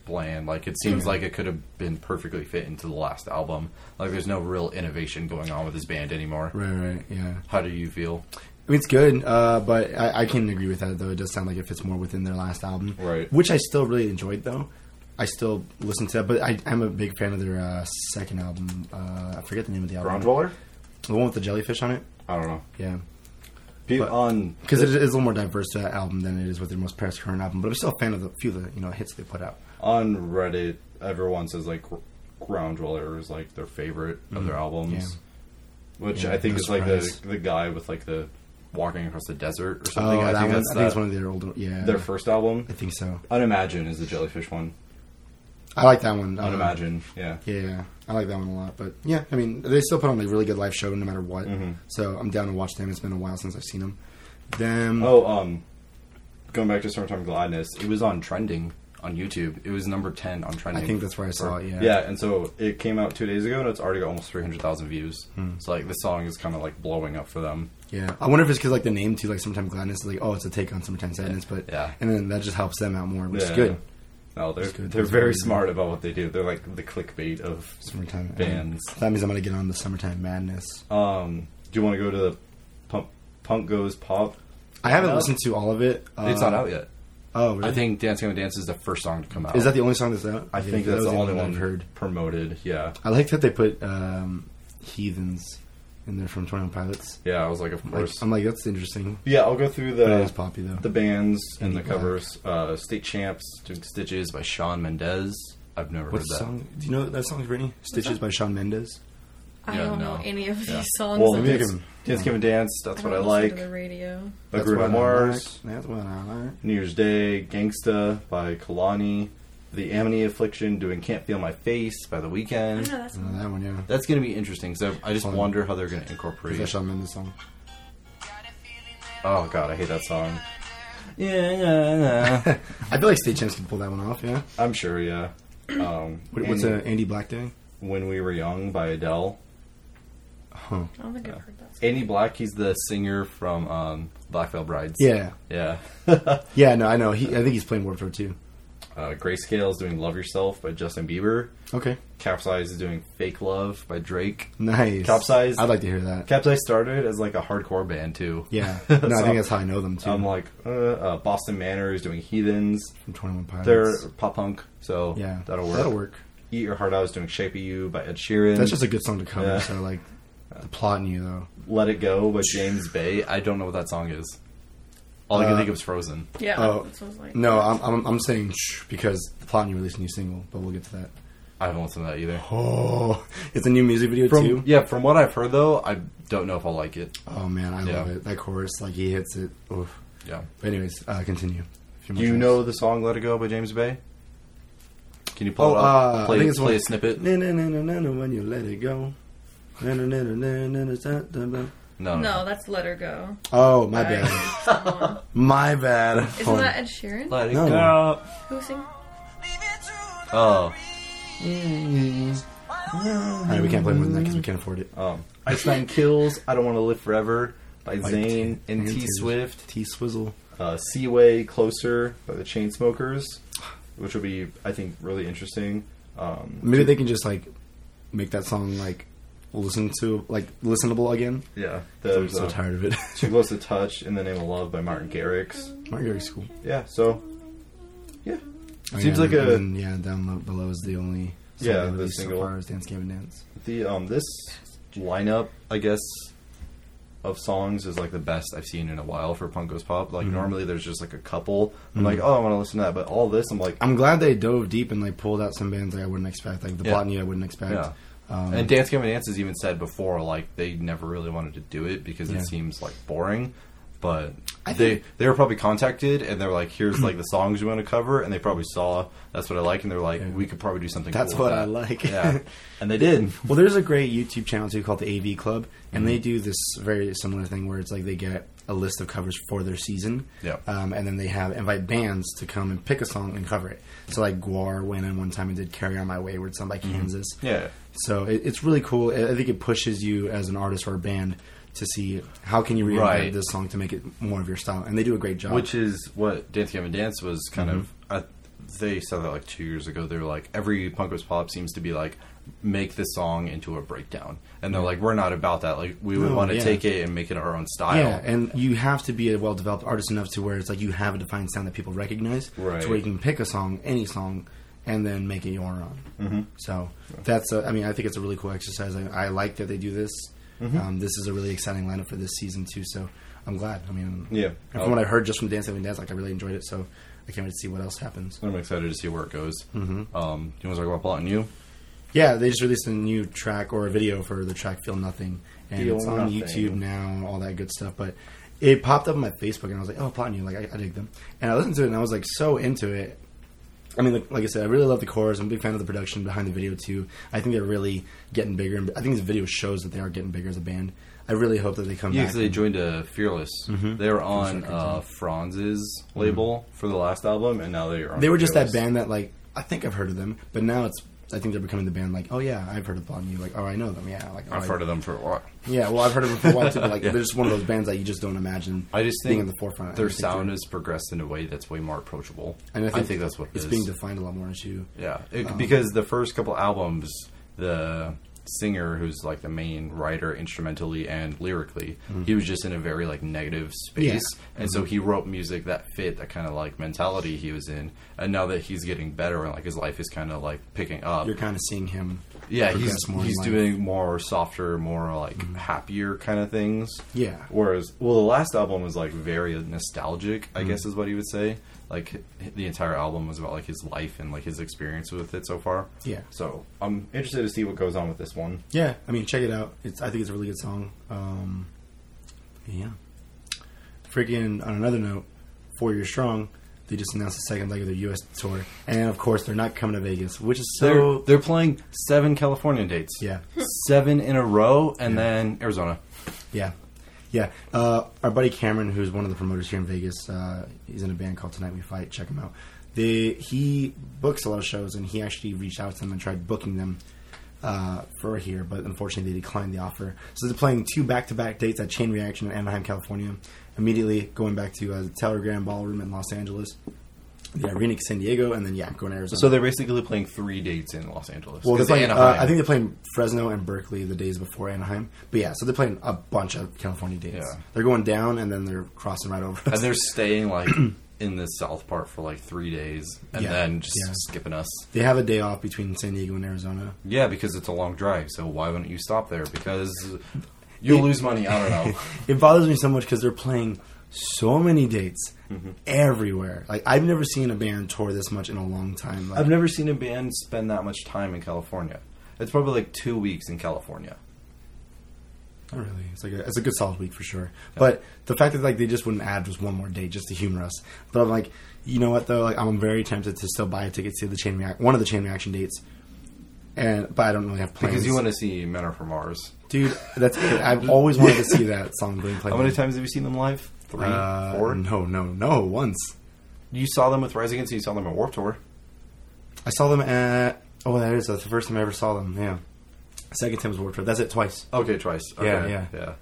S3: bland. Like it seems
S2: Yeah.
S3: like it could have been perfectly fit into the last album. Like there's no real innovation going on with this band anymore.
S2: Right, right, yeah.
S3: How do you feel?
S2: I mean, it's good, uh, but I, I can agree with that, though. It does sound like it fits more within their last album.
S3: Right.
S2: Which I still really enjoyed, though. I still listen to that, but I, I'm a big fan of their uh, second album. Uh, I forget the name of the album. The one with the jellyfish on it?
S3: I don't know.
S2: Yeah.
S3: People
S2: But-
S3: on
S2: Because it is a little more diverse to that album than it is with their most past current album, but I'm still a fan of the few of the you know hits they put out.
S3: on Reddit, everyone says like Ground Dweller is like their favorite of their albums, which
S2: Hmm. Yeah,
S3: I think
S2: no
S3: is like the
S2: surprise.
S3: the guy with like the walking across the desert or
S2: Oh,
S3: something. I,
S2: that one,
S3: think that's
S2: I think it's
S3: that-
S2: one of their older. Yeah.
S3: their first album.
S2: I think so.
S3: Unimagine is the jellyfish one.
S2: I like that one. Um,
S3: Unimagine, yeah.
S2: Yeah, I like that one a lot. But yeah, I mean, they still put on a really good live show no matter what.
S3: Mm-hmm.
S2: So I'm down to watch them. It's been a while since I've seen them. Them.
S3: Oh, um, going back to Summertime Gladness, it was on trending on YouTube. It was number ten on trending.
S2: I think that's where I saw it. Yeah.
S3: Yeah, and so it came out two days ago, and it's already got almost three hundred thousand views.
S2: Hmm.
S3: So like, this song is kind of like blowing up for them.
S2: Yeah. I wonder if it's because like the name too, like sometimes gladness is like, oh, it's a take on sometimes sadness, but
S3: Yeah.
S2: and then that just helps them out more, which
S3: Yeah.
S2: is good.
S3: No, they're
S2: It's good.
S3: they're
S2: It's
S3: very
S2: really good.
S3: smart about what they do. They're like the clickbait of
S2: Summertime uh,
S3: bands.
S2: that means I'm gonna get on the summertime madness.
S3: Um, do you want to go to the punk punk goes pop?
S2: I haven't
S3: Yeah.
S2: listened to all of it. Uh,
S3: it's not out yet.
S2: Oh, really?
S3: I think Dance Gavin Dance is the first song to come out.
S2: is that the only song that's out?
S3: I
S2: Yeah,
S3: think
S2: that
S3: that's
S2: was
S3: the only
S2: I've
S3: one
S2: heard.
S3: promoted. Yeah,
S2: I like that they put um, heathens in there from Twenty One Pilots.
S3: yeah. I was like, of
S2: Like,
S3: course.
S2: I'm like, that's interesting.
S3: yeah, I'll go through
S2: But it is
S3: the
S2: poppy though.
S3: the bands and
S2: Indie
S3: the
S2: Black.
S3: covers. Uh, State Champs doing Stitches by Sean Mendez. I've never
S2: what
S3: heard that.
S2: song? Do you know that song, Brittany? Stitches by Shawn Mendes.
S1: I
S3: Yeah,
S1: don't
S3: no.
S1: know any of
S3: Yeah.
S1: these songs.
S3: Well,
S1: I
S2: maybe I
S1: just-
S2: can-
S3: Dance Gavin Dance. That's what I
S1: don't
S3: like.
S1: listen to the radio.
S3: A
S2: That's
S3: Group
S2: what
S3: of
S2: I
S3: Mars.
S2: like. That's what I like.
S3: New Year's Day, Gangsta by Kalani, The Amity Affliction doing Can't Feel My Face by The
S1: I
S3: Weeknd.
S1: don't know that
S2: I know
S1: song.
S2: that one, yeah.
S3: That's going to be interesting. So I just
S2: Fun.
S3: wonder how they're going to
S2: Is that
S3: incorporate.
S2: Shawn Mendes song?
S3: Oh god, I hate that song. Yeah, yeah, yeah.
S2: I feel like State Champs can pull that one off. Yeah.
S3: I'm sure. Yeah. Um,
S2: What, what's uh,
S3: Andy-
S2: Andy Black doing?
S3: When We Were Young by Adele.
S2: Huh.
S1: I don't think I've heard that. Song.
S3: Andy Black, he's the singer from um, Black Veil Brides.
S2: Yeah.
S3: yeah.
S2: Yeah. No, I know. He, I think he's playing Warped Tour too.
S3: uh, Grayscale's doing Love Yourself by Justin Bieber.
S2: Okay.
S3: Capsize is doing Fake Love by Drake.
S2: Nice.
S3: Capsize.
S2: I'd like to hear that.
S3: Capsize started as like a hardcore band too.
S2: yeah. No, I
S3: So-
S2: think that's how I know them too.
S3: I'm like uh, uh, Boston Manor is doing Heathens.
S2: from Twenty One Pilots.
S3: They're pop punk,
S2: Oh,
S3: so
S2: yeah.
S3: that'll work.
S2: That'll work.
S3: Eat Your Heart Out is doing Shape of You by Ed Sheeran.
S2: That's just a good song to cover.
S3: Yeah.
S2: So like, the plot in you though.
S3: Let It Go by James Bay. I don't know what that song is. All I
S2: Uh,
S3: can think of is Frozen.
S1: Yeah,
S2: Oh,
S1: that sounds like.
S2: No, I'm I'm, I'm saying shh because the plot in you released a new single, but we'll get to that.
S3: I haven't listened to that either.
S2: Oh, it's a new music video
S3: From
S2: too.
S3: yeah, from what I've heard though, I don't know if I'll like it.
S2: Oh man, I love
S3: Yeah.
S2: it. That chorus, like he hits it. Oof.
S3: Yeah.
S2: But anyways, uh, continue. A few more
S3: Do you
S2: tracks.
S3: know the song "Let It Go" by James Bay? Can you pull
S2: Oh,
S3: it up?
S2: uh,
S3: play
S2: I think it's
S3: play
S2: one-
S3: a snippet.
S2: Na na na na na na when you let it go. Na na na na na na na da, da, da.
S3: No,
S1: No, that's Let Her Go.
S2: Oh my
S1: By
S2: bad,
S1: someone.
S2: my bad.
S1: Isn't that Ed Sheeran?
S3: Let It
S2: No.
S3: Go.
S1: Who sings?
S3: Oh,
S2: All right, we can't play more than that because we can't afford it.
S3: um, Iceland Kills. I don't want to live forever by Zayn and T Swift.
S2: T Swizzle.
S3: uh, Seaway Closer by the Chainsmokers, which will be, I think, really interesting. Um,
S2: Maybe they can just like make that song like listen to like listenable again.
S3: yeah,
S2: I'm
S3: there's
S2: so
S3: uh,
S2: tired of it.
S3: Too Close to Touch, In the Name of Love by Martin Garrix.
S2: Margaret School.
S3: Yeah, so yeah,
S2: Oh,
S3: seems
S2: yeah,
S3: like a
S2: and, yeah. Down Low- below is the only song
S3: Yeah,
S2: they
S3: the
S2: released
S3: single.
S2: so far as Dance Gavin Dance.
S3: the um this lineup, I guess, of songs is like the best I've seen in a while for Punk Goes Pop. Like
S2: Mm-hmm.
S3: normally there's just like a couple. I'm like, oh, I want to listen to that, but all this, I'm like,
S2: I'm glad they dove deep and like pulled out some bands like I wouldn't expect, like the
S3: Yeah.
S2: Botany I wouldn't expect.
S3: Yeah.
S2: Um,
S3: And Dance Gavin Dance has even said before, like they never really wanted to do it because
S2: Yeah.
S3: it seems like boring. But
S2: I
S3: they
S2: think-
S3: they were probably contacted and they're like, here's like the songs you want to cover, and they probably saw that's what I like, and they're like,
S2: Yeah.
S3: we could probably do something.
S2: That's
S3: cool with
S2: what I
S3: that."
S2: like.
S3: yeah, and they did.
S2: Well, there's a great YouTube channel too called the AV Club, and
S3: Mm-hmm.
S2: they do this very similar thing where it's like they get a list of covers for their season,
S3: Yeah.
S2: um, and then they have invite bands to come and pick a song and cover it. So like Guar went in one time and did "Carry On My Wayward" song by Kansas.
S3: Mm-hmm. Yeah,
S2: So it, it's really cool. I I think it pushes you as an artist or a band to see how can you reinvent
S3: Right.
S2: this song to make it more of your style, and they do a great job.
S3: which is what Dance Gavin Dance was kind
S2: Mm-hmm.
S3: of. I, they said that like two years ago. They were like, every punk goes pop seems to be like, make this song into a breakdown, and they're like, we're not about that. Like we would
S2: No,
S3: want to
S2: yeah.
S3: take it and make it our own style.
S2: Yeah, and you have to be a well developed artist enough to where it's like you have a defined sound that people recognize,
S3: Right.
S2: to where you can pick a song, any song, and then make it your own. Mm-hmm. So that's, a, I mean, I think it's a really cool exercise. I, I like that they do this.
S3: Mm-hmm.
S2: Um, this is a really exciting lineup for this season too. So I'm glad. I mean,
S3: Yeah.
S2: and From what I heard just from Dance Gavin Dance, like I really enjoyed it. So I can't wait to see what else happens.
S3: I'm excited to see where it goes. Mm-hmm. Um, do you want to talk about Plot and You?
S2: Yeah, they just released a new track or a video for the track "Feel Nothing," and
S3: Feel
S2: it's on
S3: Nothing.
S2: YouTube now, all that good stuff. But it popped up on my Facebook, and I was like, "Oh, plotting you!" Like I, I dig them, and I listened to it, and I was like so into it. I mean, like, like I said, I really love the chorus. I'm a big fan of the production behind the video too. I think they're really getting bigger, and I think this video shows that they are getting bigger as a band. I really hope that they come
S3: Yeah,
S2: back.
S3: because they
S2: and-
S3: joined uh, Fearless.
S2: Mm-hmm.
S3: They were on uh, Franz's label for the last album, and now they are. On
S2: they were just that
S3: Fearless.
S2: band that like I think I've heard of them, but now it's I think they're becoming the band like, oh yeah, I've heard of Plotting You. Like, oh, I know them. Yeah, like oh,
S3: I've
S2: I-
S3: heard of them for a while.
S2: Yeah, well, I've heard of them for a while too, but like, they're just one of those bands that you just don't imagine.
S3: I just
S2: being
S3: think
S2: in the forefront. I
S3: their
S2: just think
S3: sound
S2: they're-
S3: has progressed in a way that's way more approachable.
S2: and
S3: that's what it
S2: it's
S3: is.
S2: being defined a lot more as you.
S3: yeah, It- because the first couple albums, the singer who's like the main writer instrumentally and lyrically he was just in a very like negative space
S2: Yeah.
S3: and so he wrote music that fit that kind of like mentality he was in and now that he's getting better and like his life is kind of like picking up
S2: You're kind of seeing him.
S3: yeah
S2: progress
S3: he's
S2: more in
S3: he's
S2: life. Mm-hmm.
S3: doing more softer more like happier kind of things
S2: Yeah.
S3: whereas well the last album was like very nostalgic
S2: Mm-hmm.
S3: i guess is what he would say like h- the entire album was about like his life and like his experience with it so far
S2: Yeah.
S3: so i'm interested to see what goes on with this one
S2: Yeah, I mean, check it out. It's I think it's a really good song. Um, yeah. Freaking on another note, Four Year Strong, they just announced the second leg of their U.S. tour, and of course they're not coming to Vegas, which is
S3: they're,
S2: so
S3: they're playing seven california dates
S2: yeah,
S3: seven in a row and then arizona
S2: yeah, yeah. Uh, our buddy Cameron, who's one of the promoters here in Vegas, uh, he's in a band called Tonight We Fight. Check him out. They he books a lot of shows, and he actually reached out to them and tried booking them. Uh, for here, but unfortunately they declined the offer. So they're playing two back-to-back dates at Chain Reaction in Anaheim, California. Immediately going back to uh, the Telegram Ballroom in Los Angeles, the Arena in San Diego, and then yeah, going to Arizona.
S3: so they're basically playing three dates in los angeles
S2: Well, they're
S3: 'Cause
S2: playing, uh,
S3: Anaheim-
S2: I think they're playing Fresno and Berkeley the days before Anaheim. But yeah, so they're playing a bunch of California dates.
S3: Yeah.
S2: They're going down and then they're crossing right over.
S3: and they're staying like in the south part for like three days and
S2: Yeah,
S3: then just
S2: yeah.
S3: skipping us
S2: they have a day off between San Diego and Arizona.
S3: yeah because it's a long drive so why wouldn't you stop there because you'll lose money i don't know
S2: It bothers me so much because they're playing so many dates everywhere. Like I've never seen a band tour this much in a long time. Like,
S3: i've never seen a band spend that much time in california it's probably like two weeks in california
S2: Not really. It's like a, it's a good solid week for sure. But the fact that like they just wouldn't add just one more date just to humor us. But I'm like, you know what though? Like I'm very tempted to still buy a ticket to the chain react one of the chain reaction dates. And but I don't really have plans.
S3: because you want to see men are from mars
S2: dude. That's it. I've always wanted to see that song being played.
S3: how many times have you seen them live three
S2: Uh,
S3: four
S2: No, no, no. Once
S3: you saw them with rise against you saw them at warp tour
S2: I saw them at. Oh, that is that's the first time I ever saw them. Yeah. Second time was Warped Tour. That's it twice.
S3: okay twice okay,
S2: Yeah, yeah.
S3: yeah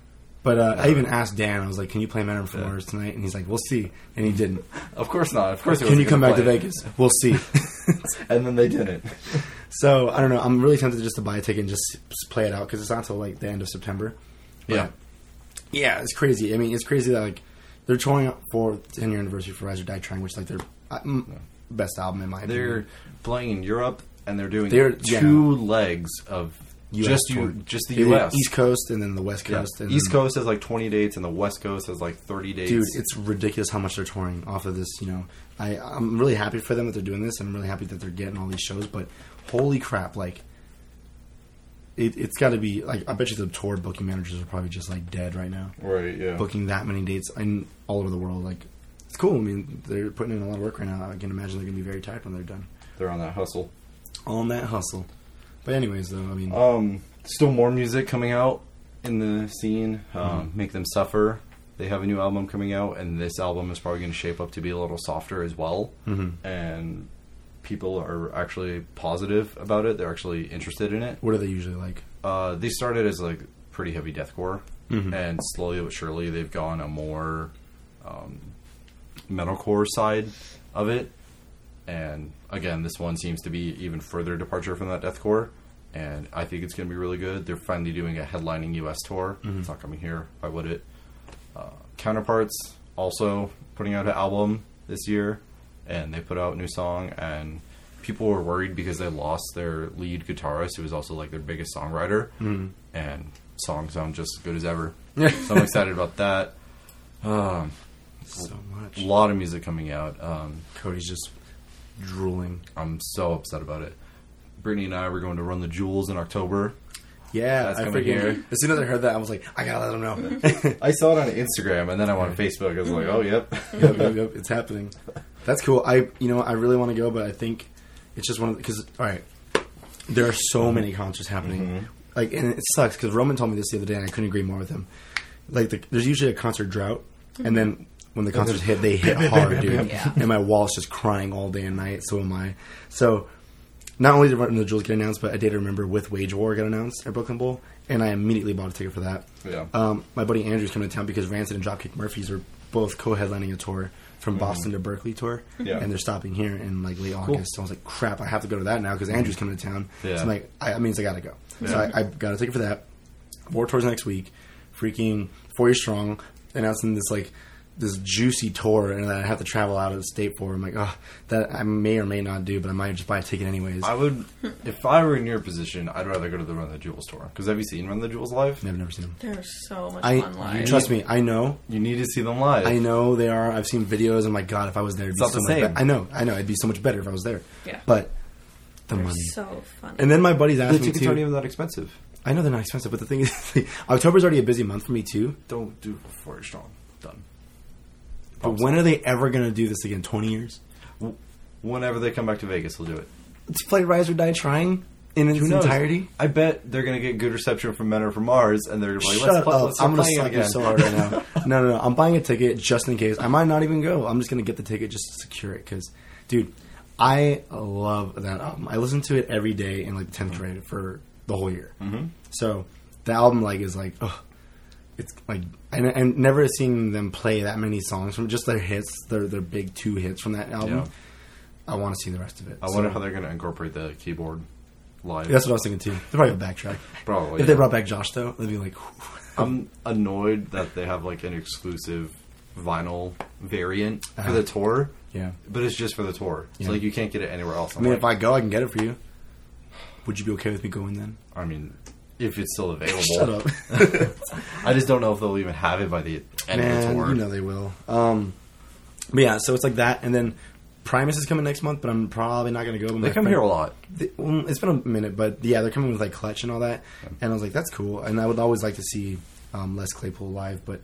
S2: But uh, I
S3: Yeah.
S2: even asked Dan. I was like, "Can you play Men Are From
S3: Yeah.
S2: Mars tonight?" And he's like, "We'll see." And he didn't.
S3: of course not of course they
S2: Can you
S3: wasn't
S2: come
S3: gonna
S2: back to
S3: play.
S2: Vegas? We'll see.
S3: and then they didn't
S2: So I don't know. I'm really tempted just to buy a ticket and just s- play it out because it's not till like the end of September.
S3: yeah
S2: Yeah, it's crazy. I mean, it's crazy that like they're touring up for 10 year anniversary for Rise or Die Trying, which is, like their uh, mm, best album in my
S3: They're
S2: opinion.
S3: playing in Europe, and they're doing
S2: Mm-hmm. They're-
S3: two legs of
S2: US
S3: just
S2: tour.
S3: you, just the
S2: They did
S3: U.S.
S2: East Coast and then the West
S3: Yeah.
S2: Coast. And
S3: East
S2: then-
S3: Coast has like twenty dates, and the West Coast has like thirty dates.
S2: Dude, it's ridiculous how much they're touring off of this. You know, I I'm really happy for them that they're doing this. I'm really happy that they're getting all these shows. But holy crap, like. It, it's got to be like I bet you the tour booking managers are probably just like dead right now.
S3: right, yeah.
S2: booking that many dates in all over the world. Like, it's cool. I mean, they're putting in a lot of work right now. I can imagine they're gonna be very tired when they're done.
S3: They're on that hustle.
S2: On that hustle. But anyways, though, I mean,
S3: Um, still more music coming out in the scene. Um,
S2: Mm-hmm.
S3: Make them suffer. They have a new album coming out, and this album is probably going to shape up to be a little softer as well. Mm-hmm. And people are actually positive about it. They're actually interested in it.
S2: what are they usually like?
S3: uh, they started as like pretty heavy deathcore, and slowly but surely they've gone a more um, metalcore side of it. And again, this one seems to be even further departure from that deathcore, and I think it's going to be really good. They're finally doing a headlining U.S. tour. It's not coming here. Why would it? Uh, Counterparts also putting out an album this year, and they put out a new song. And people were worried because they lost their lead guitarist, who was also like their biggest songwriter. Mm. And songs sound just as good as ever. so I'm excited about that. Um,
S2: So much.
S3: a lot of music coming out. Um,
S2: Cody's just drooling.
S3: I'm so upset about it. Brittany and I were going to run the jewels in October.
S2: Yeah,
S3: That's
S2: I
S3: coming
S2: freaking.
S3: here.
S2: As soon as I heard that, I was like, I gotta let them know.
S3: I saw it on Instagram, and then I went on Facebook. I was like, "Oh, yep."
S2: yep, yep, yep, it's happening. That's cool. I you know I really want to go, but I think it's just one of because all right, there are so many concerts happening. Like and it sucks because Roman told me this the other day, and I couldn't agree more with him. Like the, there's usually a concert drought, and then when the concerts hit, they hit hard, dude.
S1: Yeah.
S2: And my wall's just crying all day and night. So am I. So. Not only did Run the Jewels get announced, but I did remember with Wage War got announced at Brooklyn Bowl, and I immediately bought a ticket for that.
S3: Yeah.
S2: Um, my buddy Andrew's coming to town because Rancid and Dropkick Murphys are both co-headlining a tour from Boston to Berkeley tour,
S3: Mm-hmm. Yeah.
S2: and they're stopping here in like late
S3: Cool.
S2: August. So I was like, "Crap, I have to go to that now because Andrew's coming to town."
S3: Yeah.
S2: So I'm like, I, "I means I gotta go." So
S3: Yeah.
S2: I, I got a ticket for that. War tours next week. Freaking four years strong announcing this like this juicy tour and that I have to travel out of the state for. I'm like, oh, that I may or may not do, but I might just buy a ticket anyways.
S3: I would, if I were in your position, I'd rather go to the Run the Jewels tour. Because have you seen Run the Jewels live?
S2: I've never seen them.
S1: There's so much fun
S2: I
S1: live.
S2: trust me. I know.
S3: You need to see them live.
S2: I know they are. I've seen videos. I'm like, God, if I was there, it'd be
S3: not
S2: so
S3: the
S2: much
S3: same.
S2: better. I know. I know. It'd be so much better if I was there.
S1: Yeah.
S2: But the
S1: They're
S2: money.
S1: so funny.
S2: and then my buddies
S3: The
S2: asked me
S3: tickets aren't
S2: too.
S3: even that expensive.
S2: I know they're not expensive, but the thing is, like, October's already a busy month for me too.
S3: Don't do four years strong. Done.
S2: But when are they ever going to do this again? Twenty years?
S3: W- Whenever they come back to Vegas, we'll do it.
S2: Let's play Rise or Die Trying in its
S3: Who knows?
S2: entirety.
S3: I bet they're gonna get good reception from Men Are From Mars, and they're gonna be like,
S2: Shut
S3: "Let's, play,
S2: up!
S3: let's start
S2: I'm gonna
S3: playing
S2: slap you
S3: again."
S2: so hard right now. No, no, no! I'm buying a ticket just in case. I might not even go. I'm just gonna get the ticket just to secure it because, dude, I love that album. I listen to it every day in like the tenth grade for the whole year. Mm-hmm. So the album like is like, oh, it's like, and, and never seeing them play that many songs from just their hits, their their big two hits from that album.
S3: Yeah.
S2: I want to see the rest of it.
S3: I
S2: So-
S3: wonder how they're gonna incorporate the keyboard live.
S2: That's what I was thinking too. They probably will backtrack.
S3: Probably,
S2: If they
S3: yeah.
S2: brought back Josh though, they'd be like,
S3: I'm annoyed that they have like an exclusive vinyl variant for the tour.
S2: yeah.
S3: But it's just for the tour. It's
S2: Uh-huh. Yeah.
S3: like you can't get it anywhere else.
S2: I mean, if I go, I can get it for you. Would you be okay with me going then?
S3: I mean, if it's still available.
S2: Shut up,
S3: I just don't know if they'll even have it by the end of the
S2: man.
S3: tour.
S2: You know they will. Um, but yeah, so it's like that, and then Primus is coming next month, but I'm probably not going to go. But
S3: they
S2: my
S3: come
S2: friend-
S3: here a lot.
S2: They- well, it's been a minute, but yeah, they're coming with like Clutch and all that, and I was like, that's cool. And I would always like to see um, Les Claypool live, but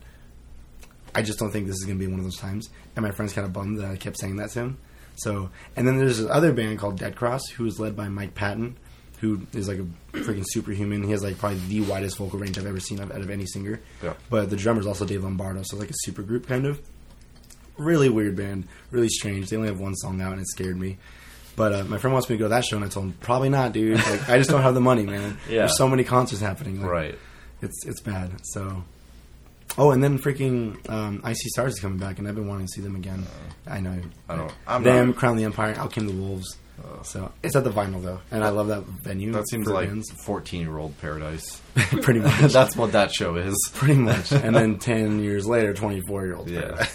S2: I just don't think this is going to be one of those times. And my friend's kind of bummed that I kept saying that to him. So, and then there's this other band called Dead Cross, who is led by Mike Patton, who is like a freaking superhuman. He has like probably the widest vocal range I've ever seen out of any singer.
S3: Yeah.
S2: But the drummer's also Dave Lombardo, so like a super group kind of. Really weird band, really strange. They only have one song out, and it scared me. But uh, my friend wants me to go to that show, and I told him probably not, dude. Like, I just don't have the money, man.
S3: Yeah.
S2: There's so many concerts happening. Like,
S3: Right.
S2: it's it's bad. So, oh, and then freaking um, IC Stars is coming back, and I've been wanting to see them again. I know.
S3: Uh, I don't. I'm
S2: them,
S3: not.
S2: Crown the Empire, Out Came the Wolves. so it's at the vinyl though, and I love that venue.
S3: That seems
S2: for
S3: like
S2: bands.
S3: 14 year old paradise.
S2: pretty much,
S3: That's what that show is.
S2: pretty much. And then ten years later, twenty four year old.
S3: Yeah.
S2: Yeah,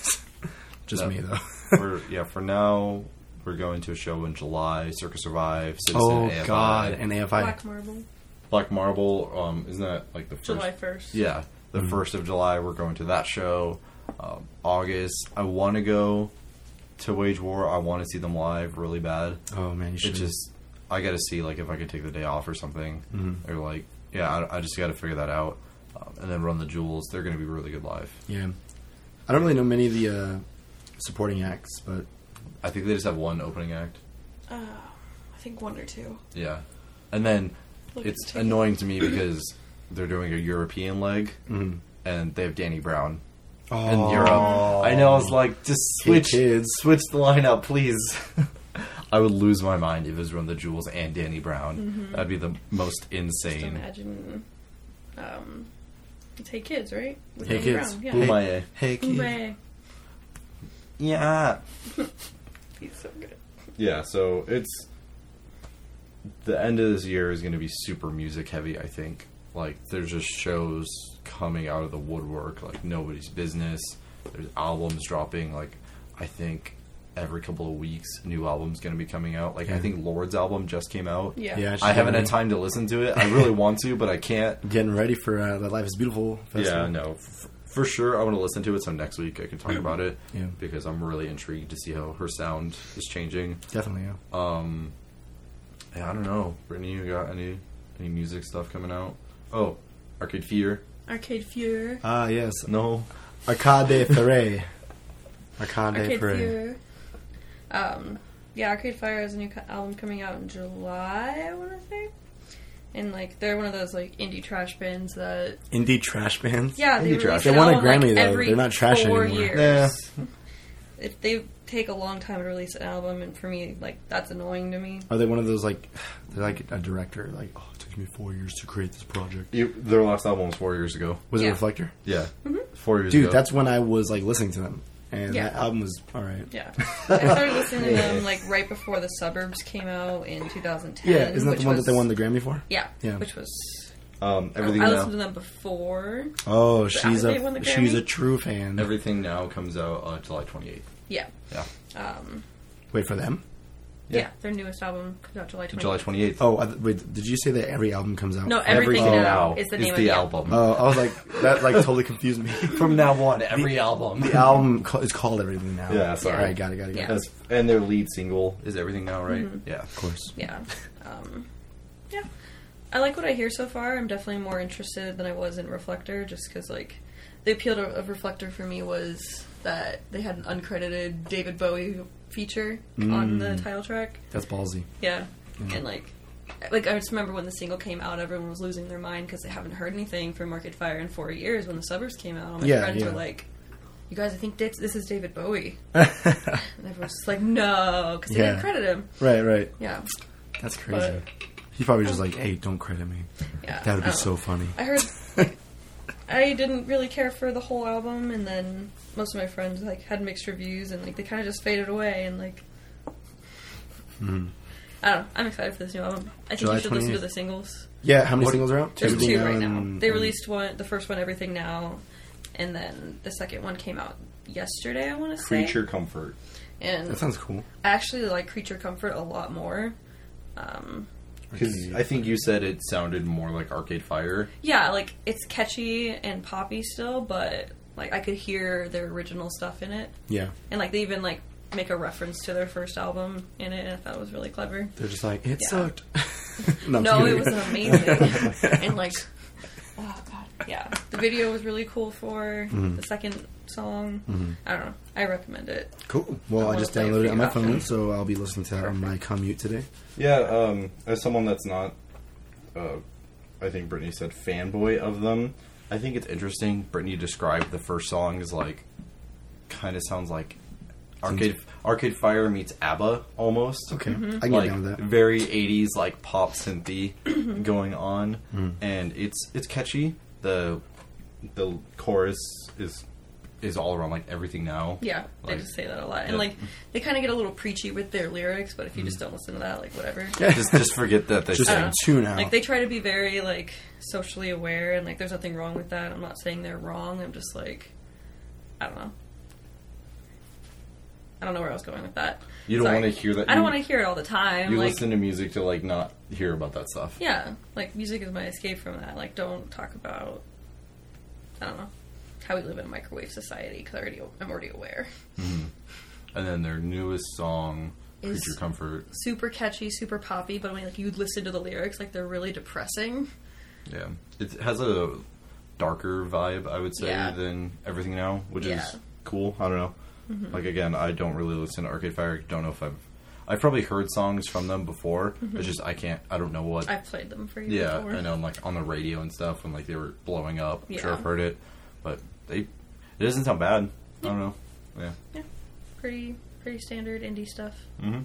S2: just
S3: That-
S2: me though.
S3: for, yeah, for now, we're going to a show in July Circus Survive, Citizen
S2: oh
S3: AFI.
S2: God, and AFI.
S1: Black Marble,
S3: Black Marble. Um, isn't that like the first?
S1: July 1st.
S3: Yeah, the first of July, we're going to that show. Um, August, I want to go to Wage War. I want to see them live really bad.
S2: oh man, you
S3: It
S2: should
S3: just, I got to see like if I could take the day off or something.
S2: Mm-hmm.
S3: Or like, yeah, I, I just got to figure that out. Um, and then run the jewels. They're going to be really good live.
S2: yeah. I don't really know many of the uh, supporting acts, but
S3: I think they just have one opening act.
S1: Uh, I think one or two.
S3: Yeah, and then
S1: Look,
S3: it's
S1: take it.
S3: annoying to me because they're doing a European leg, and they have Danny Brown
S2: Mm-hmm. oh,
S3: in Europe. I know. I was like, just
S2: Hey,
S3: switch,
S2: kids.
S3: switch the lineup, please. I would lose my mind if it was Run the Jewels and Danny Brown. That'd be the most
S1: Mm-hmm. Just
S3: insane.
S1: imagine. Um, it's Hey Kids, right? With
S2: Hey
S1: Bobby
S2: kids.
S1: Brown, Yeah.
S3: Boom, I-
S2: Hey kids.
S1: Boom,
S3: Yeah,
S1: I- He's so good.
S3: yeah. So it's the end of this year is going to be super music heavy. I think like there's just shows coming out of the woodwork like nobody's business. There's albums dropping like I think every couple of weeks a new album's going to be coming out. Like I
S2: Yeah.
S3: think Lord's album just came out.
S1: Yeah.
S2: Yeah,
S3: I haven't had time to listen to it. I really want to, but I can't.
S2: Getting ready for uh, the Life is Beautiful festival.
S3: Yeah, no. F- for sure, I want to listen to it. So next week I can talk about it
S2: Yeah.
S3: because I'm really intrigued to see how her sound is changing.
S2: Definitely, yeah.
S3: Oh. Um, Yeah, I don't know. Brittany, you got any any music stuff coming out? Oh, Arcade Fear.
S1: Arcade Fury.
S2: Ah, yes.
S3: No.
S2: Arcade Ferre. Arcade
S1: Arcade
S2: Ferre.
S1: Fire. Um, yeah, Arcade Fire has a new co- album coming out in July, I want to say. And like, they're one of those like indie trash bands that
S2: Indie trash bands.
S1: yeah, they
S3: Indie
S1: release
S3: trash. They
S1: an
S2: won a
S1: album,
S2: Grammy,
S1: like,
S2: though.
S1: every
S2: They're not trash
S1: four
S2: anymore.
S1: Years. If they take a long time to release an album, and for me, like that's annoying to me.
S2: Are they one of those like they're like a director like oh it took me four years to create this project?
S3: You, their last album was four years ago.
S2: Was it
S1: Yeah.
S2: Reflector?
S3: Yeah,
S1: Mm-hmm.
S3: four years
S2: Dude,
S3: ago.
S2: that's when I was like listening to them, and
S1: Yeah.
S2: that album was all right.
S1: Yeah, I started listening to them like right before the Suburbs came out in 2010.
S2: Yeah, isn't that
S1: which
S2: the one
S1: was,
S2: that they won the Grammy for?
S1: Yeah,
S2: Yeah.
S1: which was
S3: um, everything
S1: I
S3: now.
S1: listened to them before.
S2: Oh,
S1: after
S2: she's
S1: they won
S2: a
S1: the
S2: she's
S1: Grammy?
S2: a true fan.
S3: Everything now comes out uh, July twenty eighth.
S1: Yeah,
S3: Yeah,
S1: um,
S2: Wait for them.
S1: yeah.
S3: Yeah.
S1: their newest album comes out July 20th.
S3: July twenty eighth.
S2: Oh, I, th- wait, did you say that every album comes out?
S1: No, everything
S3: Everything
S1: now,
S3: now
S1: is the name of yeah.
S3: album.
S2: Oh, I was like that like totally confused me.
S3: Uh, From now on, every album.
S2: the album ca- is called Everything Now.
S3: Yeah, sorry.
S2: All right, got it, got it, got
S1: Yeah.
S2: it.
S3: That's- and their lead single is Everything Now, right?
S1: Mm-hmm.
S3: Yeah, of
S2: Of course.
S1: Yeah, um, yeah. I like what I hear so far. I'm definitely more interested than I was in Reflector, just because like the appeal to, of Reflector for me was that they had an uncredited David Bowie feature on the
S2: Mm.
S1: title track.
S2: That's ballsy.
S1: Yeah. And like, like I just remember when the single came out, everyone was losing their mind because they haven't heard anything from Market Fire in four years. When the suburbs came out, all my
S2: Yeah,
S1: friends
S2: yeah.
S1: were like, "You guys, I think this, this is David Bowie," and everyone's just like, "No," because they
S2: Yeah.
S1: didn't credit him.
S2: right, right.
S1: Yeah,
S2: That's crazy. He probably just like, hey, don't credit me.
S1: yeah.
S2: That would
S1: I
S2: be
S1: don't
S2: so
S1: know.
S2: funny.
S1: Oh. I heard. I didn't really care for the whole album, and then most of my friends like had mixed reviews, and like they kind of just faded away, and like. I don't know. I'm excited for this new album. I think
S2: Hmm. July
S1: you should listen to
S2: 28th.
S1: the singles.
S2: Yeah, how many singles are out?
S1: There's
S2: Everything
S1: two right now.
S2: and-
S1: They
S2: and-
S1: released one, the first one, Everything Now, and then the second one came out yesterday. I want to say.
S3: Creature Comfort.
S1: And
S2: That sounds cool.
S1: I actually like Creature Comfort a lot more. Um,
S3: Because I think you said it sounded more like Arcade Fire.
S1: yeah, like it's catchy and poppy still, but like I could hear their original stuff in it,
S2: Yeah,
S1: and like they even like make a reference to their first album in it, and I thought it was really clever.
S2: they're just like it
S1: Yeah.
S2: sucked. I'm
S1: No, it
S2: kidding.
S1: was amazing. and like, oh god, yeah. The video was really cool for
S3: Mm-hmm.
S1: the second song. I don't know. I recommend it.
S2: cool. Well, I
S1: wanna
S2: just
S1: play it
S2: downloaded
S1: for
S2: it on
S1: you
S2: my
S1: after.
S2: phone, so I'll be listening to that on my commute today.
S3: Yeah, um, as someone that's not, uh, I think Brittany said fanboy of them. I think it's interesting. Brittany described the first song as like, kind of sounds like Arcade Arcade Fire meets ABBA almost.
S2: Okay,
S1: Mm-hmm.
S2: I can
S3: like
S2: get down with that.
S3: very 80s like pop synthy going on
S2: Hmm.
S3: and it's it's catchy the the chorus is is all around like everything now
S1: Yeah,
S3: Like-
S1: they just say that a lot, and
S3: Yeah.
S1: like they kind of get a little preachy with their lyrics. But if you just don't listen to that, like whatever.
S3: just just forget that they
S2: Just
S3: sang.
S2: tune out.
S1: Like they try to be very like socially aware, and like there's nothing wrong with that. I'm not saying they're wrong. I'm just like, I don't know. I don't know where I was going with that.
S3: you don't
S1: Sorry.
S3: want to hear that
S1: I don't
S3: you-
S1: want to hear it all the time.
S3: you
S1: like,
S3: listen to music to like not hear about that stuff
S1: yeah, like music is my escape from that. Like, don't talk about, I don't know, how we live in a microwave society. Because already, I'm already aware.
S3: and then their newest song
S1: Is-
S3: creature comfort
S1: Super catchy, super poppy, but when like you listen to the lyrics, like they're really depressing.
S3: yeah it has a darker vibe i would say
S1: Yeah.
S3: than everything now which
S1: Yeah. Mm-hmm.
S3: is cool i don't know like again i don't really listen to arcade fire don't know if i've i've probably heard songs from them before it's just i can't i don't know what
S1: Mm-hmm. I've played them for you
S3: yeah
S1: before.
S3: i know like on the radio and stuff when like they were blowing up I'm sure
S1: Yeah.
S3: i've heard it but they it doesn't sound bad i don't know yeah
S1: Pretty, pretty standard indie stuff.
S3: hmm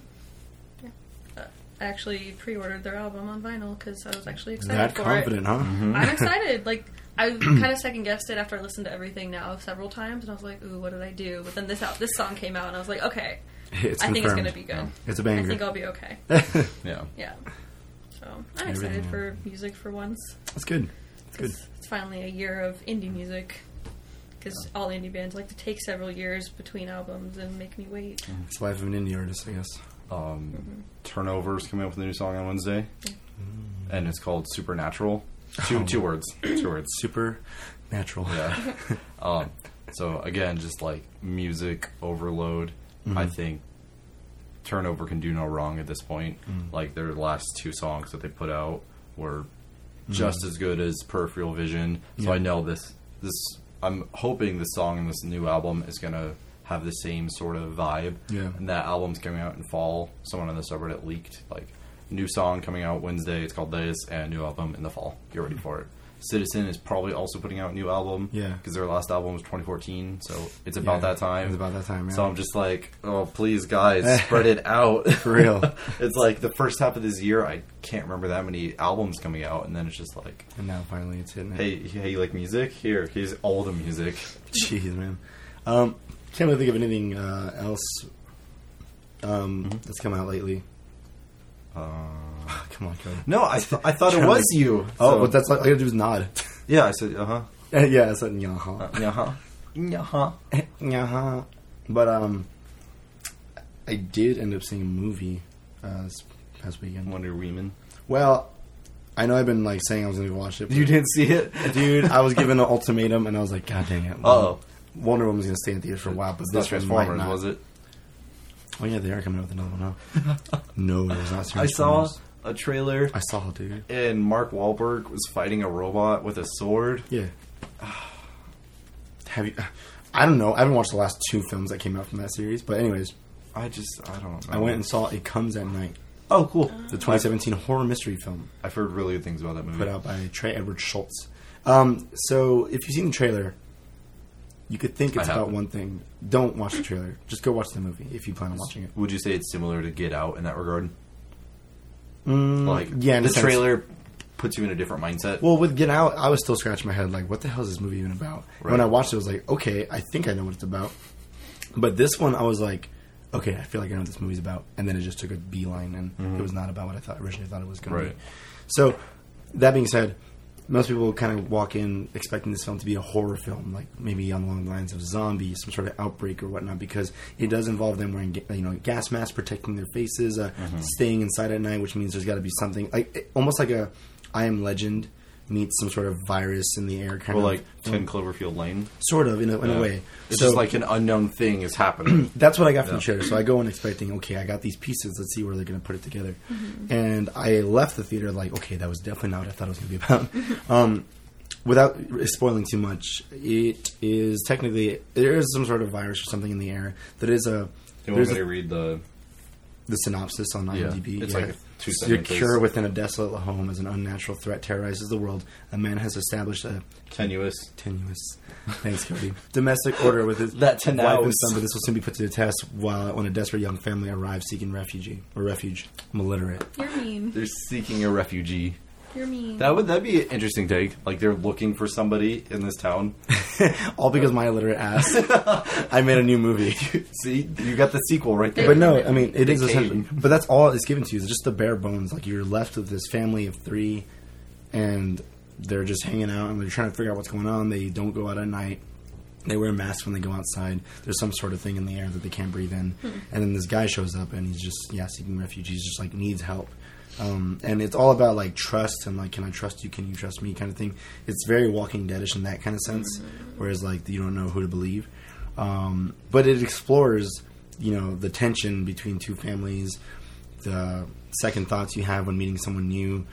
S1: I actually pre-ordered their album on vinyl because I was actually excited
S2: that
S1: for
S2: confident, huh?
S3: Mm-hmm.
S1: it. I'm excited. Like I kind of second guessed it after I listened to everything now several times, and I was like, "Ooh, what did I do?" But then this out, this song came out, and I was like, "Okay,
S2: It's
S1: I think it's
S2: confirmed.
S1: gonna be good.
S2: It's a
S1: I think
S2: banger.
S1: I'll be okay."
S3: yeah
S1: Yeah. So I'm
S2: Everything.
S1: excited for music for once.
S2: That's good. It's good.
S1: It's, it's finally a year of indie music because all indie bands like to take several years between albums and make me wait.
S2: It's the life of an indie artist, I guess.
S3: um, Turnovers coming up with a new song on Wednesday, and it's called Supernatural. Two two words, two words.
S2: Super natural.
S3: Yeah. um, so again, just like music overload, I think Turnover can do no wrong at this point. Like their last two songs that they put out were just as good as Peripheral Vision. So
S2: Yeah.
S3: I know this this I'm hoping this song and this new album is gonna have the same sort of vibe.
S2: Yeah.
S3: And that album's coming out in fall. Someone on the subreddit leaked like new song coming out Wednesday. It's called This and new album in the fall. Get ready for it. Citizen is probably also putting out a new album.
S2: Yeah.
S3: Because their last album was 2014, so it's about that time.
S2: It's about that time. Yeah.
S3: So I'm just like, oh, please, guys, spread it out.
S2: For real.
S3: it's like the first half of this year, I can't remember that many albums coming out, and then it's just like,
S2: and now finally it's hitting. it.
S3: hey, hey, you like music? Here, here's all the music.
S2: Jeez, man. Um, can't really think of anything uh, else um,
S3: Mm-hmm.
S2: that's come out lately.
S3: Uh,
S2: Come on, Cody.
S3: no, I, th- I thought it
S2: Kinda
S3: was
S2: like-
S3: you.
S2: Oh,
S3: So-
S2: but that's all I gotta do is nod.
S3: yeah. I said, uh huh,
S2: yeah, it's like, yeah, huh.
S3: uh huh, uh
S2: Uh-huh.
S3: huh.
S2: yeah,
S3: Uh-huh.
S2: huh. But um, I did end up seeing a movie uh, this past weekend.
S3: Wonder Woman.
S2: Well, I know I've been like saying I was gonna go watch it. but-
S3: You didn't see it,
S2: dude. I was given an ultimatum, and I was like, God dang it.
S3: Oh,
S2: Wonder Woman's gonna stay in theaters for a while, but
S3: it's not
S2: this one might
S3: Transformers,
S2: not.
S3: was it?
S2: Oh yeah, they are coming out with another one. Huh? no, it was not.
S3: I saw
S2: Transformers.
S3: a trailer,
S2: I saw, dude.
S3: and Mark Wahlberg was fighting a robot with a sword.
S2: Yeah. Have you? I don't know. I haven't watched the last two films that came out from that series, but anyways,
S3: I just, I don't know.
S2: I went and Uh-huh. saw It Comes at Night,
S3: Oh, cool.
S2: the 2017 horror mystery film
S3: I've heard really good things about that movie.
S2: put out by Trey Edward Schultz. Um, so if you've seen the trailer, you could think it's
S3: I
S2: about
S3: haven't.
S2: one thing. Don't watch the trailer. Just go watch the movie if you plan on watching it.
S3: Would you say it's similar to Get Out in that regard?
S2: Mm,
S3: Like,
S2: yeah, in a
S3: the
S2: sense.
S3: trailer puts you in a different mindset.
S2: Well, with Get Out, I was still scratching my head, like, what the hell is this movie even about?
S3: Right.
S2: When I watched it, I was like, okay, I think I know what it's about. But this one, I was like, okay, I feel like I know what this movie's about. And then it just took a beeline, and it was not about what I thought originally thought it was going to
S3: Mm-hmm. Right.
S2: be. So, that being said, most people kind of walk in expecting this film to be a horror film, like maybe along the lines of zombie, some sort of outbreak or whatnot, because it does involve them wearing ga- you know gas masks, protecting their faces, uh,
S3: Mm-hmm.
S2: staying inside at night, which means there's got to be something like it- almost like a I Am Legend meets some sort of virus in the air kind
S3: Well,
S2: of
S3: like Ten Cloverfield Lane.
S2: sort of in a, in a way.
S3: It's
S2: So-
S3: just like an unknown thing is happening.
S2: that's what I got from the
S3: Yeah.
S2: trailer. So I go in expecting, okay, I got these pieces. Let's see where they're going to put it together. And I left the theater like, okay, that was definitely not what I thought it was going to be about. um, without spoiling too much, it is technically there is some sort of virus or something in the air that is a.
S3: you want
S2: There's
S3: me to
S2: a,
S3: read the?
S2: the synopsis on IMDb.
S3: it's like two
S2: Your
S3: sentences.
S2: cure within a desolate home as an unnatural threat terrorizes the world. A man has established a
S3: Tenuous.
S2: tenuous. Thanks, Cody. Domestic order with his
S3: That ten
S2: wife and
S3: hours.
S2: son, but this will soon be put to the test while when a desperate young family arrives seeking refugee or refuge. I'm illiterate.
S1: You're mean.
S3: They're seeking a refugee.
S1: You're mean.
S3: That would that be an interesting take? Like they're looking for somebody in this town.
S2: All because my illiterate ass. I made a new movie.
S3: See, you got the sequel right there.
S2: But no, I mean it is
S3: They
S2: essentially.
S3: came.
S2: But that's all it's given to you. It's just the bare bones. Like you're left with this family of three, and they're just hanging out and they're trying to figure out what's going on. They don't go out at night. They wear masks when they go outside. There's some sort of thing in the air that they can't breathe in. And then this guy shows up and he's just yeah seeking refuge. He's just like needs help. Um, and it's all about like trust and like can I trust you? Can you trust me? Kind of thing. It's very Walking Deadish in that kind of sense. Whereas like you don't know who to believe. Um, but it explores you know the tension between two families, the second thoughts you have when meeting someone new,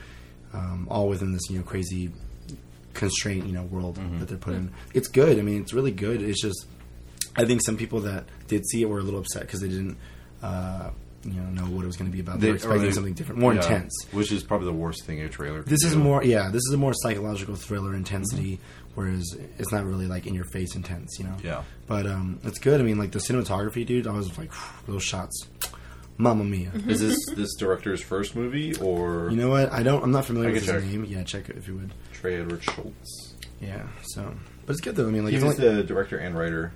S2: um, all within this you know crazy constraint you know world
S3: Mm-hmm.
S2: that they're put in. It's good. I mean, it's really good. It's just I think some people that did see it were a little upset because they didn't. Uh, you know, know what it was going to be about. They,
S3: They-
S2: were expecting
S3: or they-
S2: something different, more
S3: yeah,
S2: intense.
S3: which is probably the worst thing in a trailer. could
S2: This is
S3: do.
S2: more, yeah. This is a more psychological thriller intensity, whereas it's not really like in your face intense, you know.
S3: Mm-hmm. Yeah.
S2: But um, it's good. I mean, like the cinematography, dude. I was like, those shots, mamma mia.
S3: Is this this director's first movie or
S2: You know what? I don't. I'm not familiar
S3: I
S2: with his
S3: can check.
S2: name. Yeah, check it if you would.
S3: Trey Edward Schultz?
S2: Yeah. So, but it's good though. I mean, like,
S3: He's
S2: it's only,
S3: the director and writer.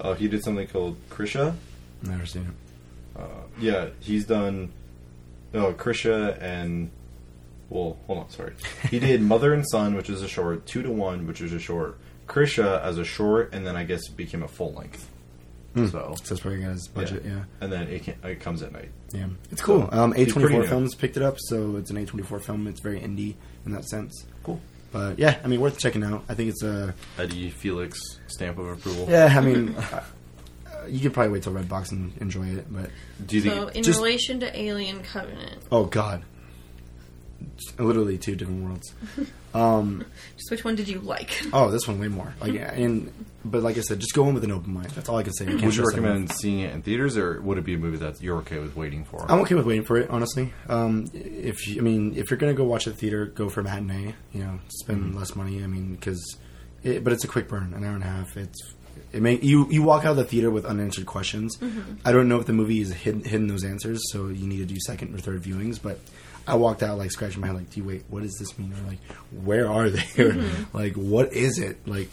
S3: Uh, he did something called Krisha.
S2: never seen it.
S3: Yeah, he's done uh, Krisha and well, hold on, sorry. He did Mother and Son, which is a short, Two to One, which is a short, Krisha as a short, and then I guess it became a full length. So
S2: So it's probably got his budget. Yeah.
S3: and then it, can, it comes at night.
S2: Yeah. It's cool. Um,
S3: he's pretty
S2: A24
S3: new.
S2: Films picked it up, so it's an A24 film. It's very indie in that sense.
S3: Cool.
S2: But yeah, I mean, worth checking out. I think it's a.
S3: Eddie Felix stamp of approval.
S2: Yeah, I mean, uh, you could probably wait till Redbox and enjoy it, but
S3: Do you think?
S1: so, in
S2: just-
S1: relation to Alien Covenant,
S2: oh god, literally two different worlds. Um,
S1: Just which one did you like?
S2: oh, this one way more. Like, and but like I said, just go in with an open mind. That's all I can say. I can't
S3: Would you
S2: stress that enough.
S3: recommend seeing it in theaters, or would it be a movie that you're okay with waiting for?
S2: I'm okay with waiting for it, honestly. Um, if you- I mean, if you're gonna go watch a theater, go for matinee. You know, spend less money. I mean, because, it, but it's a quick burn, an hour and a half. It's it may you you walk out of the theater with unanswered questions. I don't know if the movie is hidden, hidden those answers, so you need to do second or third viewings. But I walked out like scratching my head, like, do wait, what does this mean? Or like, where are they? Or like, what is it? Like,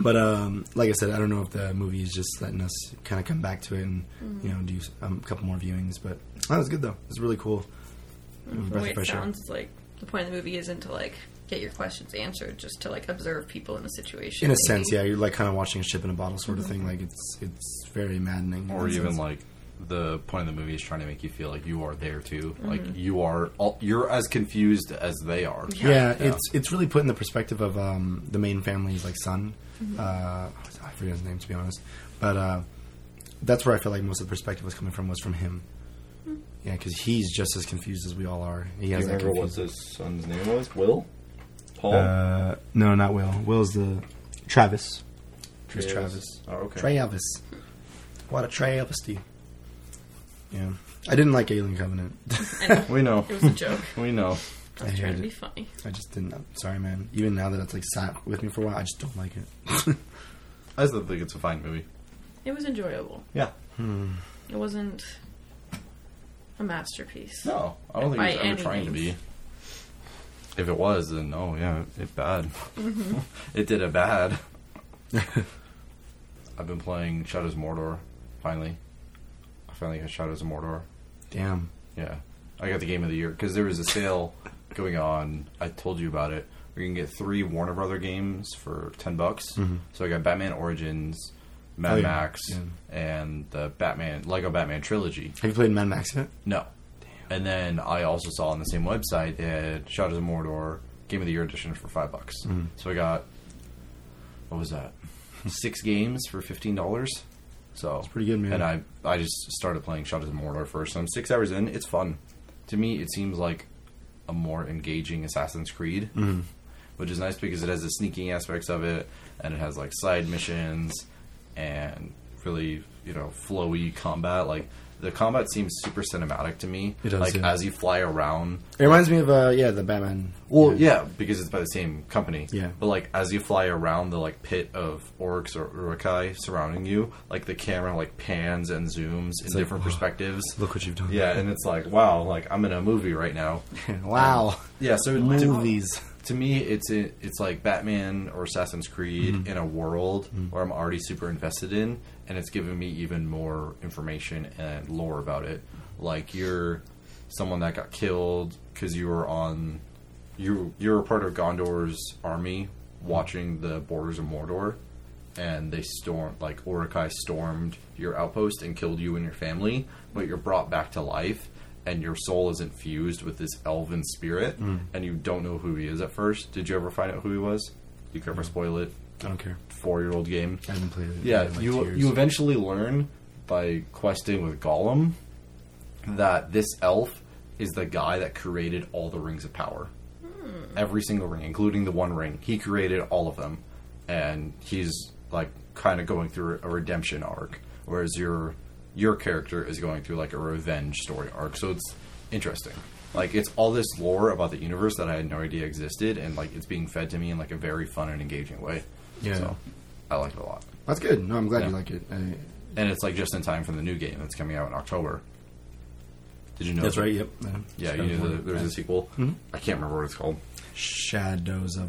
S2: but um, like I said, I don't know if the movie is just letting us kind of come back to it and
S1: Mm-hmm.
S2: you know do um, a couple more viewings. But that was good though. It was really cool.
S1: Mm-hmm.
S2: Mm,
S1: The
S2: Breath
S1: way
S2: of
S1: it
S2: fresh air.
S1: sounds is like the point of the movie isn't to like get your questions answered, just to like observe people in a situation.
S2: In a
S1: maybe.
S2: sense, yeah, you're like kind of watching a ship in a bottle sort of
S1: Mm-hmm.
S2: thing. Like it's it's very maddening. in
S3: or
S2: that
S3: even
S2: sense.
S3: like the point of the movie is trying to make you feel like you are there too, like
S1: Mm-hmm.
S3: you are all, you're as confused as they are.
S2: yeah, it's it's really put in the perspective of um, the main family's like son.
S1: Mm-hmm.
S2: Uh, I forget his name to be honest, but uh, that's where I feel like most of the perspective was coming from was from him.
S1: Hmm.
S2: Yeah, because he's just as confused as we all are. He has that confused.
S3: his son's name was? Will, Paul,
S2: Uh, no, not Will. Will's the Travis. Chris Travis.
S3: Oh, okay.
S2: Travis. What a Travis to you. Yeah. I didn't like Alien Covenant.
S1: I know.
S3: we know.
S1: It was a joke.
S3: we know.
S1: I
S2: I
S1: was trying to
S2: hated
S1: be
S2: it.
S1: funny.
S2: I just didn't. Sorry, man. Even now that it's like sat with me for a while, I just don't like it.
S3: I still think it's a fine movie.
S1: It was enjoyable.
S3: Yeah.
S1: It wasn't a masterpiece.
S3: No, I don't think
S1: By
S3: it's ever
S1: any
S3: trying to be.
S1: means.
S3: If it was, then oh yeah, it bad.
S1: Mm-hmm.
S3: it did it bad. I've been playing Shadows of Mordor. Finally, I finally got Shadows of Mordor.
S2: Damn.
S3: Yeah, I got the game of the year because there was a sale going on. I told you about it. We can get three Warner Brother games for ten bucks. So I got Batman Origins, Mad
S2: Mm-hmm. Oh, yeah.
S3: Max,
S2: Yeah.
S3: and the Batman Lego Batman trilogy.
S2: Have you played Mad Max yet?
S3: No. And then I also saw on the same website they had Shadows of Mordor Game of the Year edition for five bucks.
S2: Mm.
S3: So I got what was that? Six games for fifteen dollars. So it's
S2: pretty good, man.
S3: And I I just started playing Shadows of Mordor first. So I'm six hours in. It's fun. To me, it seems like a more engaging Assassin's Creed,
S2: Mm-hmm.
S3: which is nice because it has the sneaking aspects of it, and it has like side missions and really you know flowy combat. Like the combat seems super cinematic to me.
S2: It does,
S3: like
S2: yeah.
S3: as you fly around.
S2: It reminds me of uh, yeah, the Batman.
S3: Well, yeah. because it's by the same company.
S2: Yeah.
S3: But like as you fly around the like pit of orcs or urukai surrounding you, like the camera like pans and zooms in
S2: like,
S3: different
S2: "Whoa,
S3: perspectives.
S2: Look what you've done.
S3: Yeah, and it's like wow, like I'm in a movie right now.
S2: wow.
S3: Yeah, so to-
S2: Movies.
S3: to me, it's a, it's like Batman or Assassin's Creed in a world where I'm already super invested in, and it's giving me even more information and lore about it. Like you're someone that got killed because you were on you you're a part of Gondor's army watching the borders of Mordor, and they stormed like Orakai stormed your outpost and killed you and your family, but you're brought back to life and your soul is infused with this elven spirit and you don't know who he is at first. Did you ever find out who he was? Do you care if I spoil it?
S2: I don't care.
S3: Four year old game.
S2: I haven't played it.
S3: Yeah,
S2: in, like, two
S3: you
S2: years.
S3: you eventually learn by questing with Gollum that this elf is the guy that created all the rings of power. Every single ring, including the one ring. He created all of them. And he's like kind of going through a redemption arc whereas your your character is going through like a revenge story arc. So it's interesting. Like it's all this lore about the universe that I had no idea existed and like it's being fed to me in like a very fun and engaging way.
S2: Yeah.
S3: So I liked it a lot
S2: That's good. No, I'm glad you
S3: Yeah.
S2: like it. I,
S3: and it's like just in time for the new game that's coming out in October. Did you know?
S2: That's
S3: that-
S2: right. Yep.
S3: Yeah, you knew that there was a sequel.
S2: Mm-hmm.
S3: I can't remember what it's called.
S2: Shadows of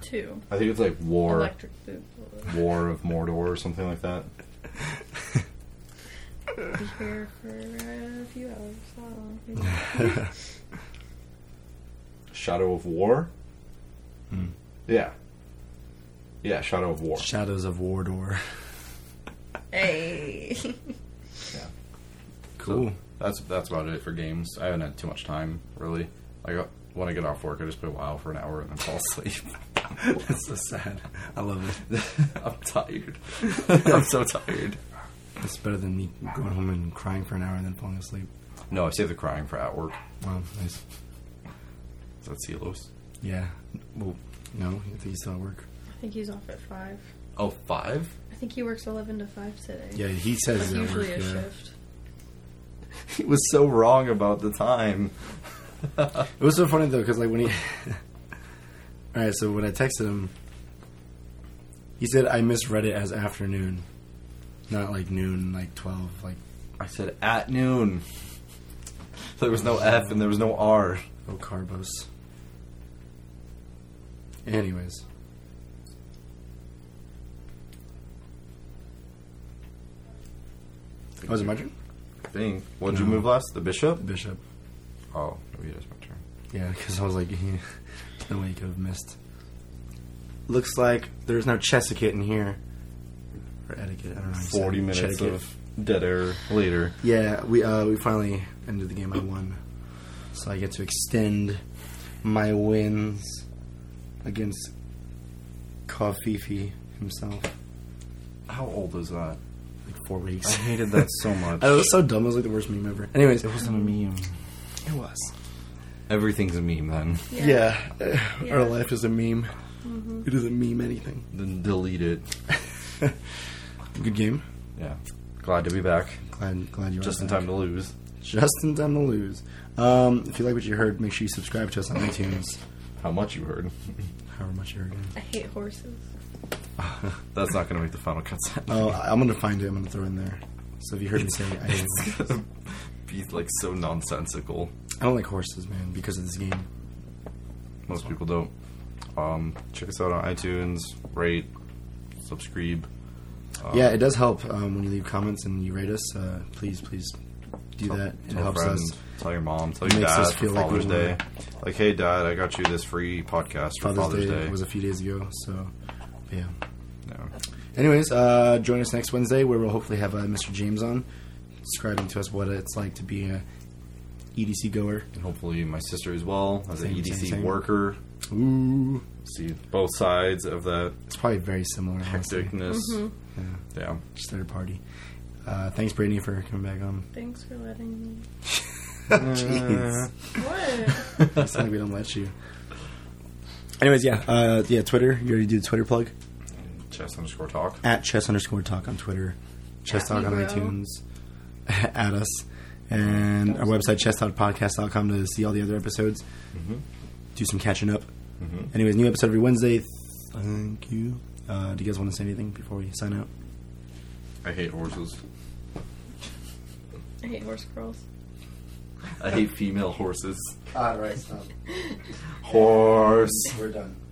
S1: Two.
S3: I think it's like War
S1: Electric Boogaloo.
S3: War of Mordor or something like that.
S1: Be here for a few hours. so-
S3: Shadow of War. Hmm. Yeah. Yeah, Shadow of War.
S2: Shadows of Wardor.
S1: Hey.
S3: Yeah.
S2: Cool.
S3: That's that's about it for games. I haven't had too much time really. Like uh, when I get off work, I just play WoW for an hour and then fall asleep.
S2: That's so sad. I love it.
S3: I'm tired. I'm so tired.
S2: It's better than me going home and crying for an hour and then falling asleep.
S3: No, I save the crying for at work.
S2: Wow, nice.
S3: Is that Celos?
S2: Yeah. Well, no, I think he's still at work.
S1: I think he's off at five.
S3: Oh, five?
S1: I think he works eleven to five today.
S2: Yeah, he says
S1: That's
S2: he's at work.
S1: usually a
S2: Yeah.
S1: shift.
S3: He was so wrong about the time.
S2: It was so funny though, because like when he, all right, so when I texted him, he said I misread it as afternoon, not like noon, like twelve, like
S3: I said at noon. There was no F and there was no R.
S2: oh carbos. Anyways, oh, was it my turn?
S3: Thing. What would you
S2: No.
S3: move last? The bishop?
S2: Bishop.
S3: Oh, maybe it is my turn.
S2: Yeah, because I was like, no way you could have missed. Looks like there's no chessicket in here. Or etiquette, I don't know. how you say
S3: Forty
S2: it.
S3: minutes
S2: Chetiquette.
S3: of dead air later.
S2: Yeah, we uh, we finally ended the game. I won, so I get to extend my wins against Kofifi himself.
S3: How old is that?
S2: Like four weeks.
S3: I hated that so much.
S2: I was so dumb. It was like the worst meme ever. Anyways,
S3: It wasn't a meme.
S2: It was.
S3: Everything's a meme then.
S2: Yeah,
S1: Yeah.
S2: our life is a meme. It doesn't meme anything.
S3: Then delete it.
S2: Good game.
S3: Yeah. Glad to be back.
S2: Glad, glad you.
S3: Just
S2: are
S3: in
S2: back.
S3: time to lose.
S2: Just in time to lose. Um, if you like what you heard, make sure you subscribe to us on iTunes.
S3: How much you heard.
S2: However much you heard.
S1: I hate horses.
S3: That's not going to make the final cut sound.
S2: Oh, I- I'm gonna find it. I'm gonna throw it in there. So if you heard me say, I hate it.
S3: It's gonna be like so nonsensical.
S2: I don't like horses, man, because of this game.
S3: Most people don't. Um, check us out on iTunes. Rate, subscribe. Oh.
S2: yeah, it does help um, when you leave comments and you rate us. Uh, please, please do that. It
S3: Tell
S2: helps
S3: friends.
S2: us.
S3: Tell your mom. Tell your
S2: Makes
S3: dad
S2: us
S3: for
S2: feel like we
S3: Father's Day. Like, hey, Dad, I got you this free podcast for
S2: Father's, Day,
S3: Day.
S2: was a few days ago, so yeah.
S3: No.
S2: Anyways, uh, join us next Wednesday where we'll hopefully have uh, Mr. James on, describing to us what it's like to be a EDC goer.
S3: And hopefully my sister as well as an
S2: Same,
S3: EDC
S2: same, same.
S3: worker.
S2: Ooh,
S3: See both sides of that
S2: it's probably very similar. Honestly.
S3: hecticness.
S2: Yeah,
S3: Yeah.
S2: just third party. Uh, thanks, Brittany, for coming back on.
S1: Thanks for letting me.
S2: Jeez.
S1: What?
S2: It's not like we don't let you. Anyways, yeah, uh, yeah. Twitter, you already did the Twitter plug
S3: Chess underscore talk.
S2: at chess underscore talk on Twitter, chess
S1: At
S2: talk on
S1: Libro.
S2: iTunes, at us, and our website chess.podcast.com to see all the other episodes. Do some catching up. Anyways, new episode every Wednesday. Thank you. Uh, do you guys want to say anything before we sign out?
S3: I hate horses.
S1: I hate horse girls.
S3: I hate female horses.
S2: All right, stop.
S3: Horse.
S2: We're done.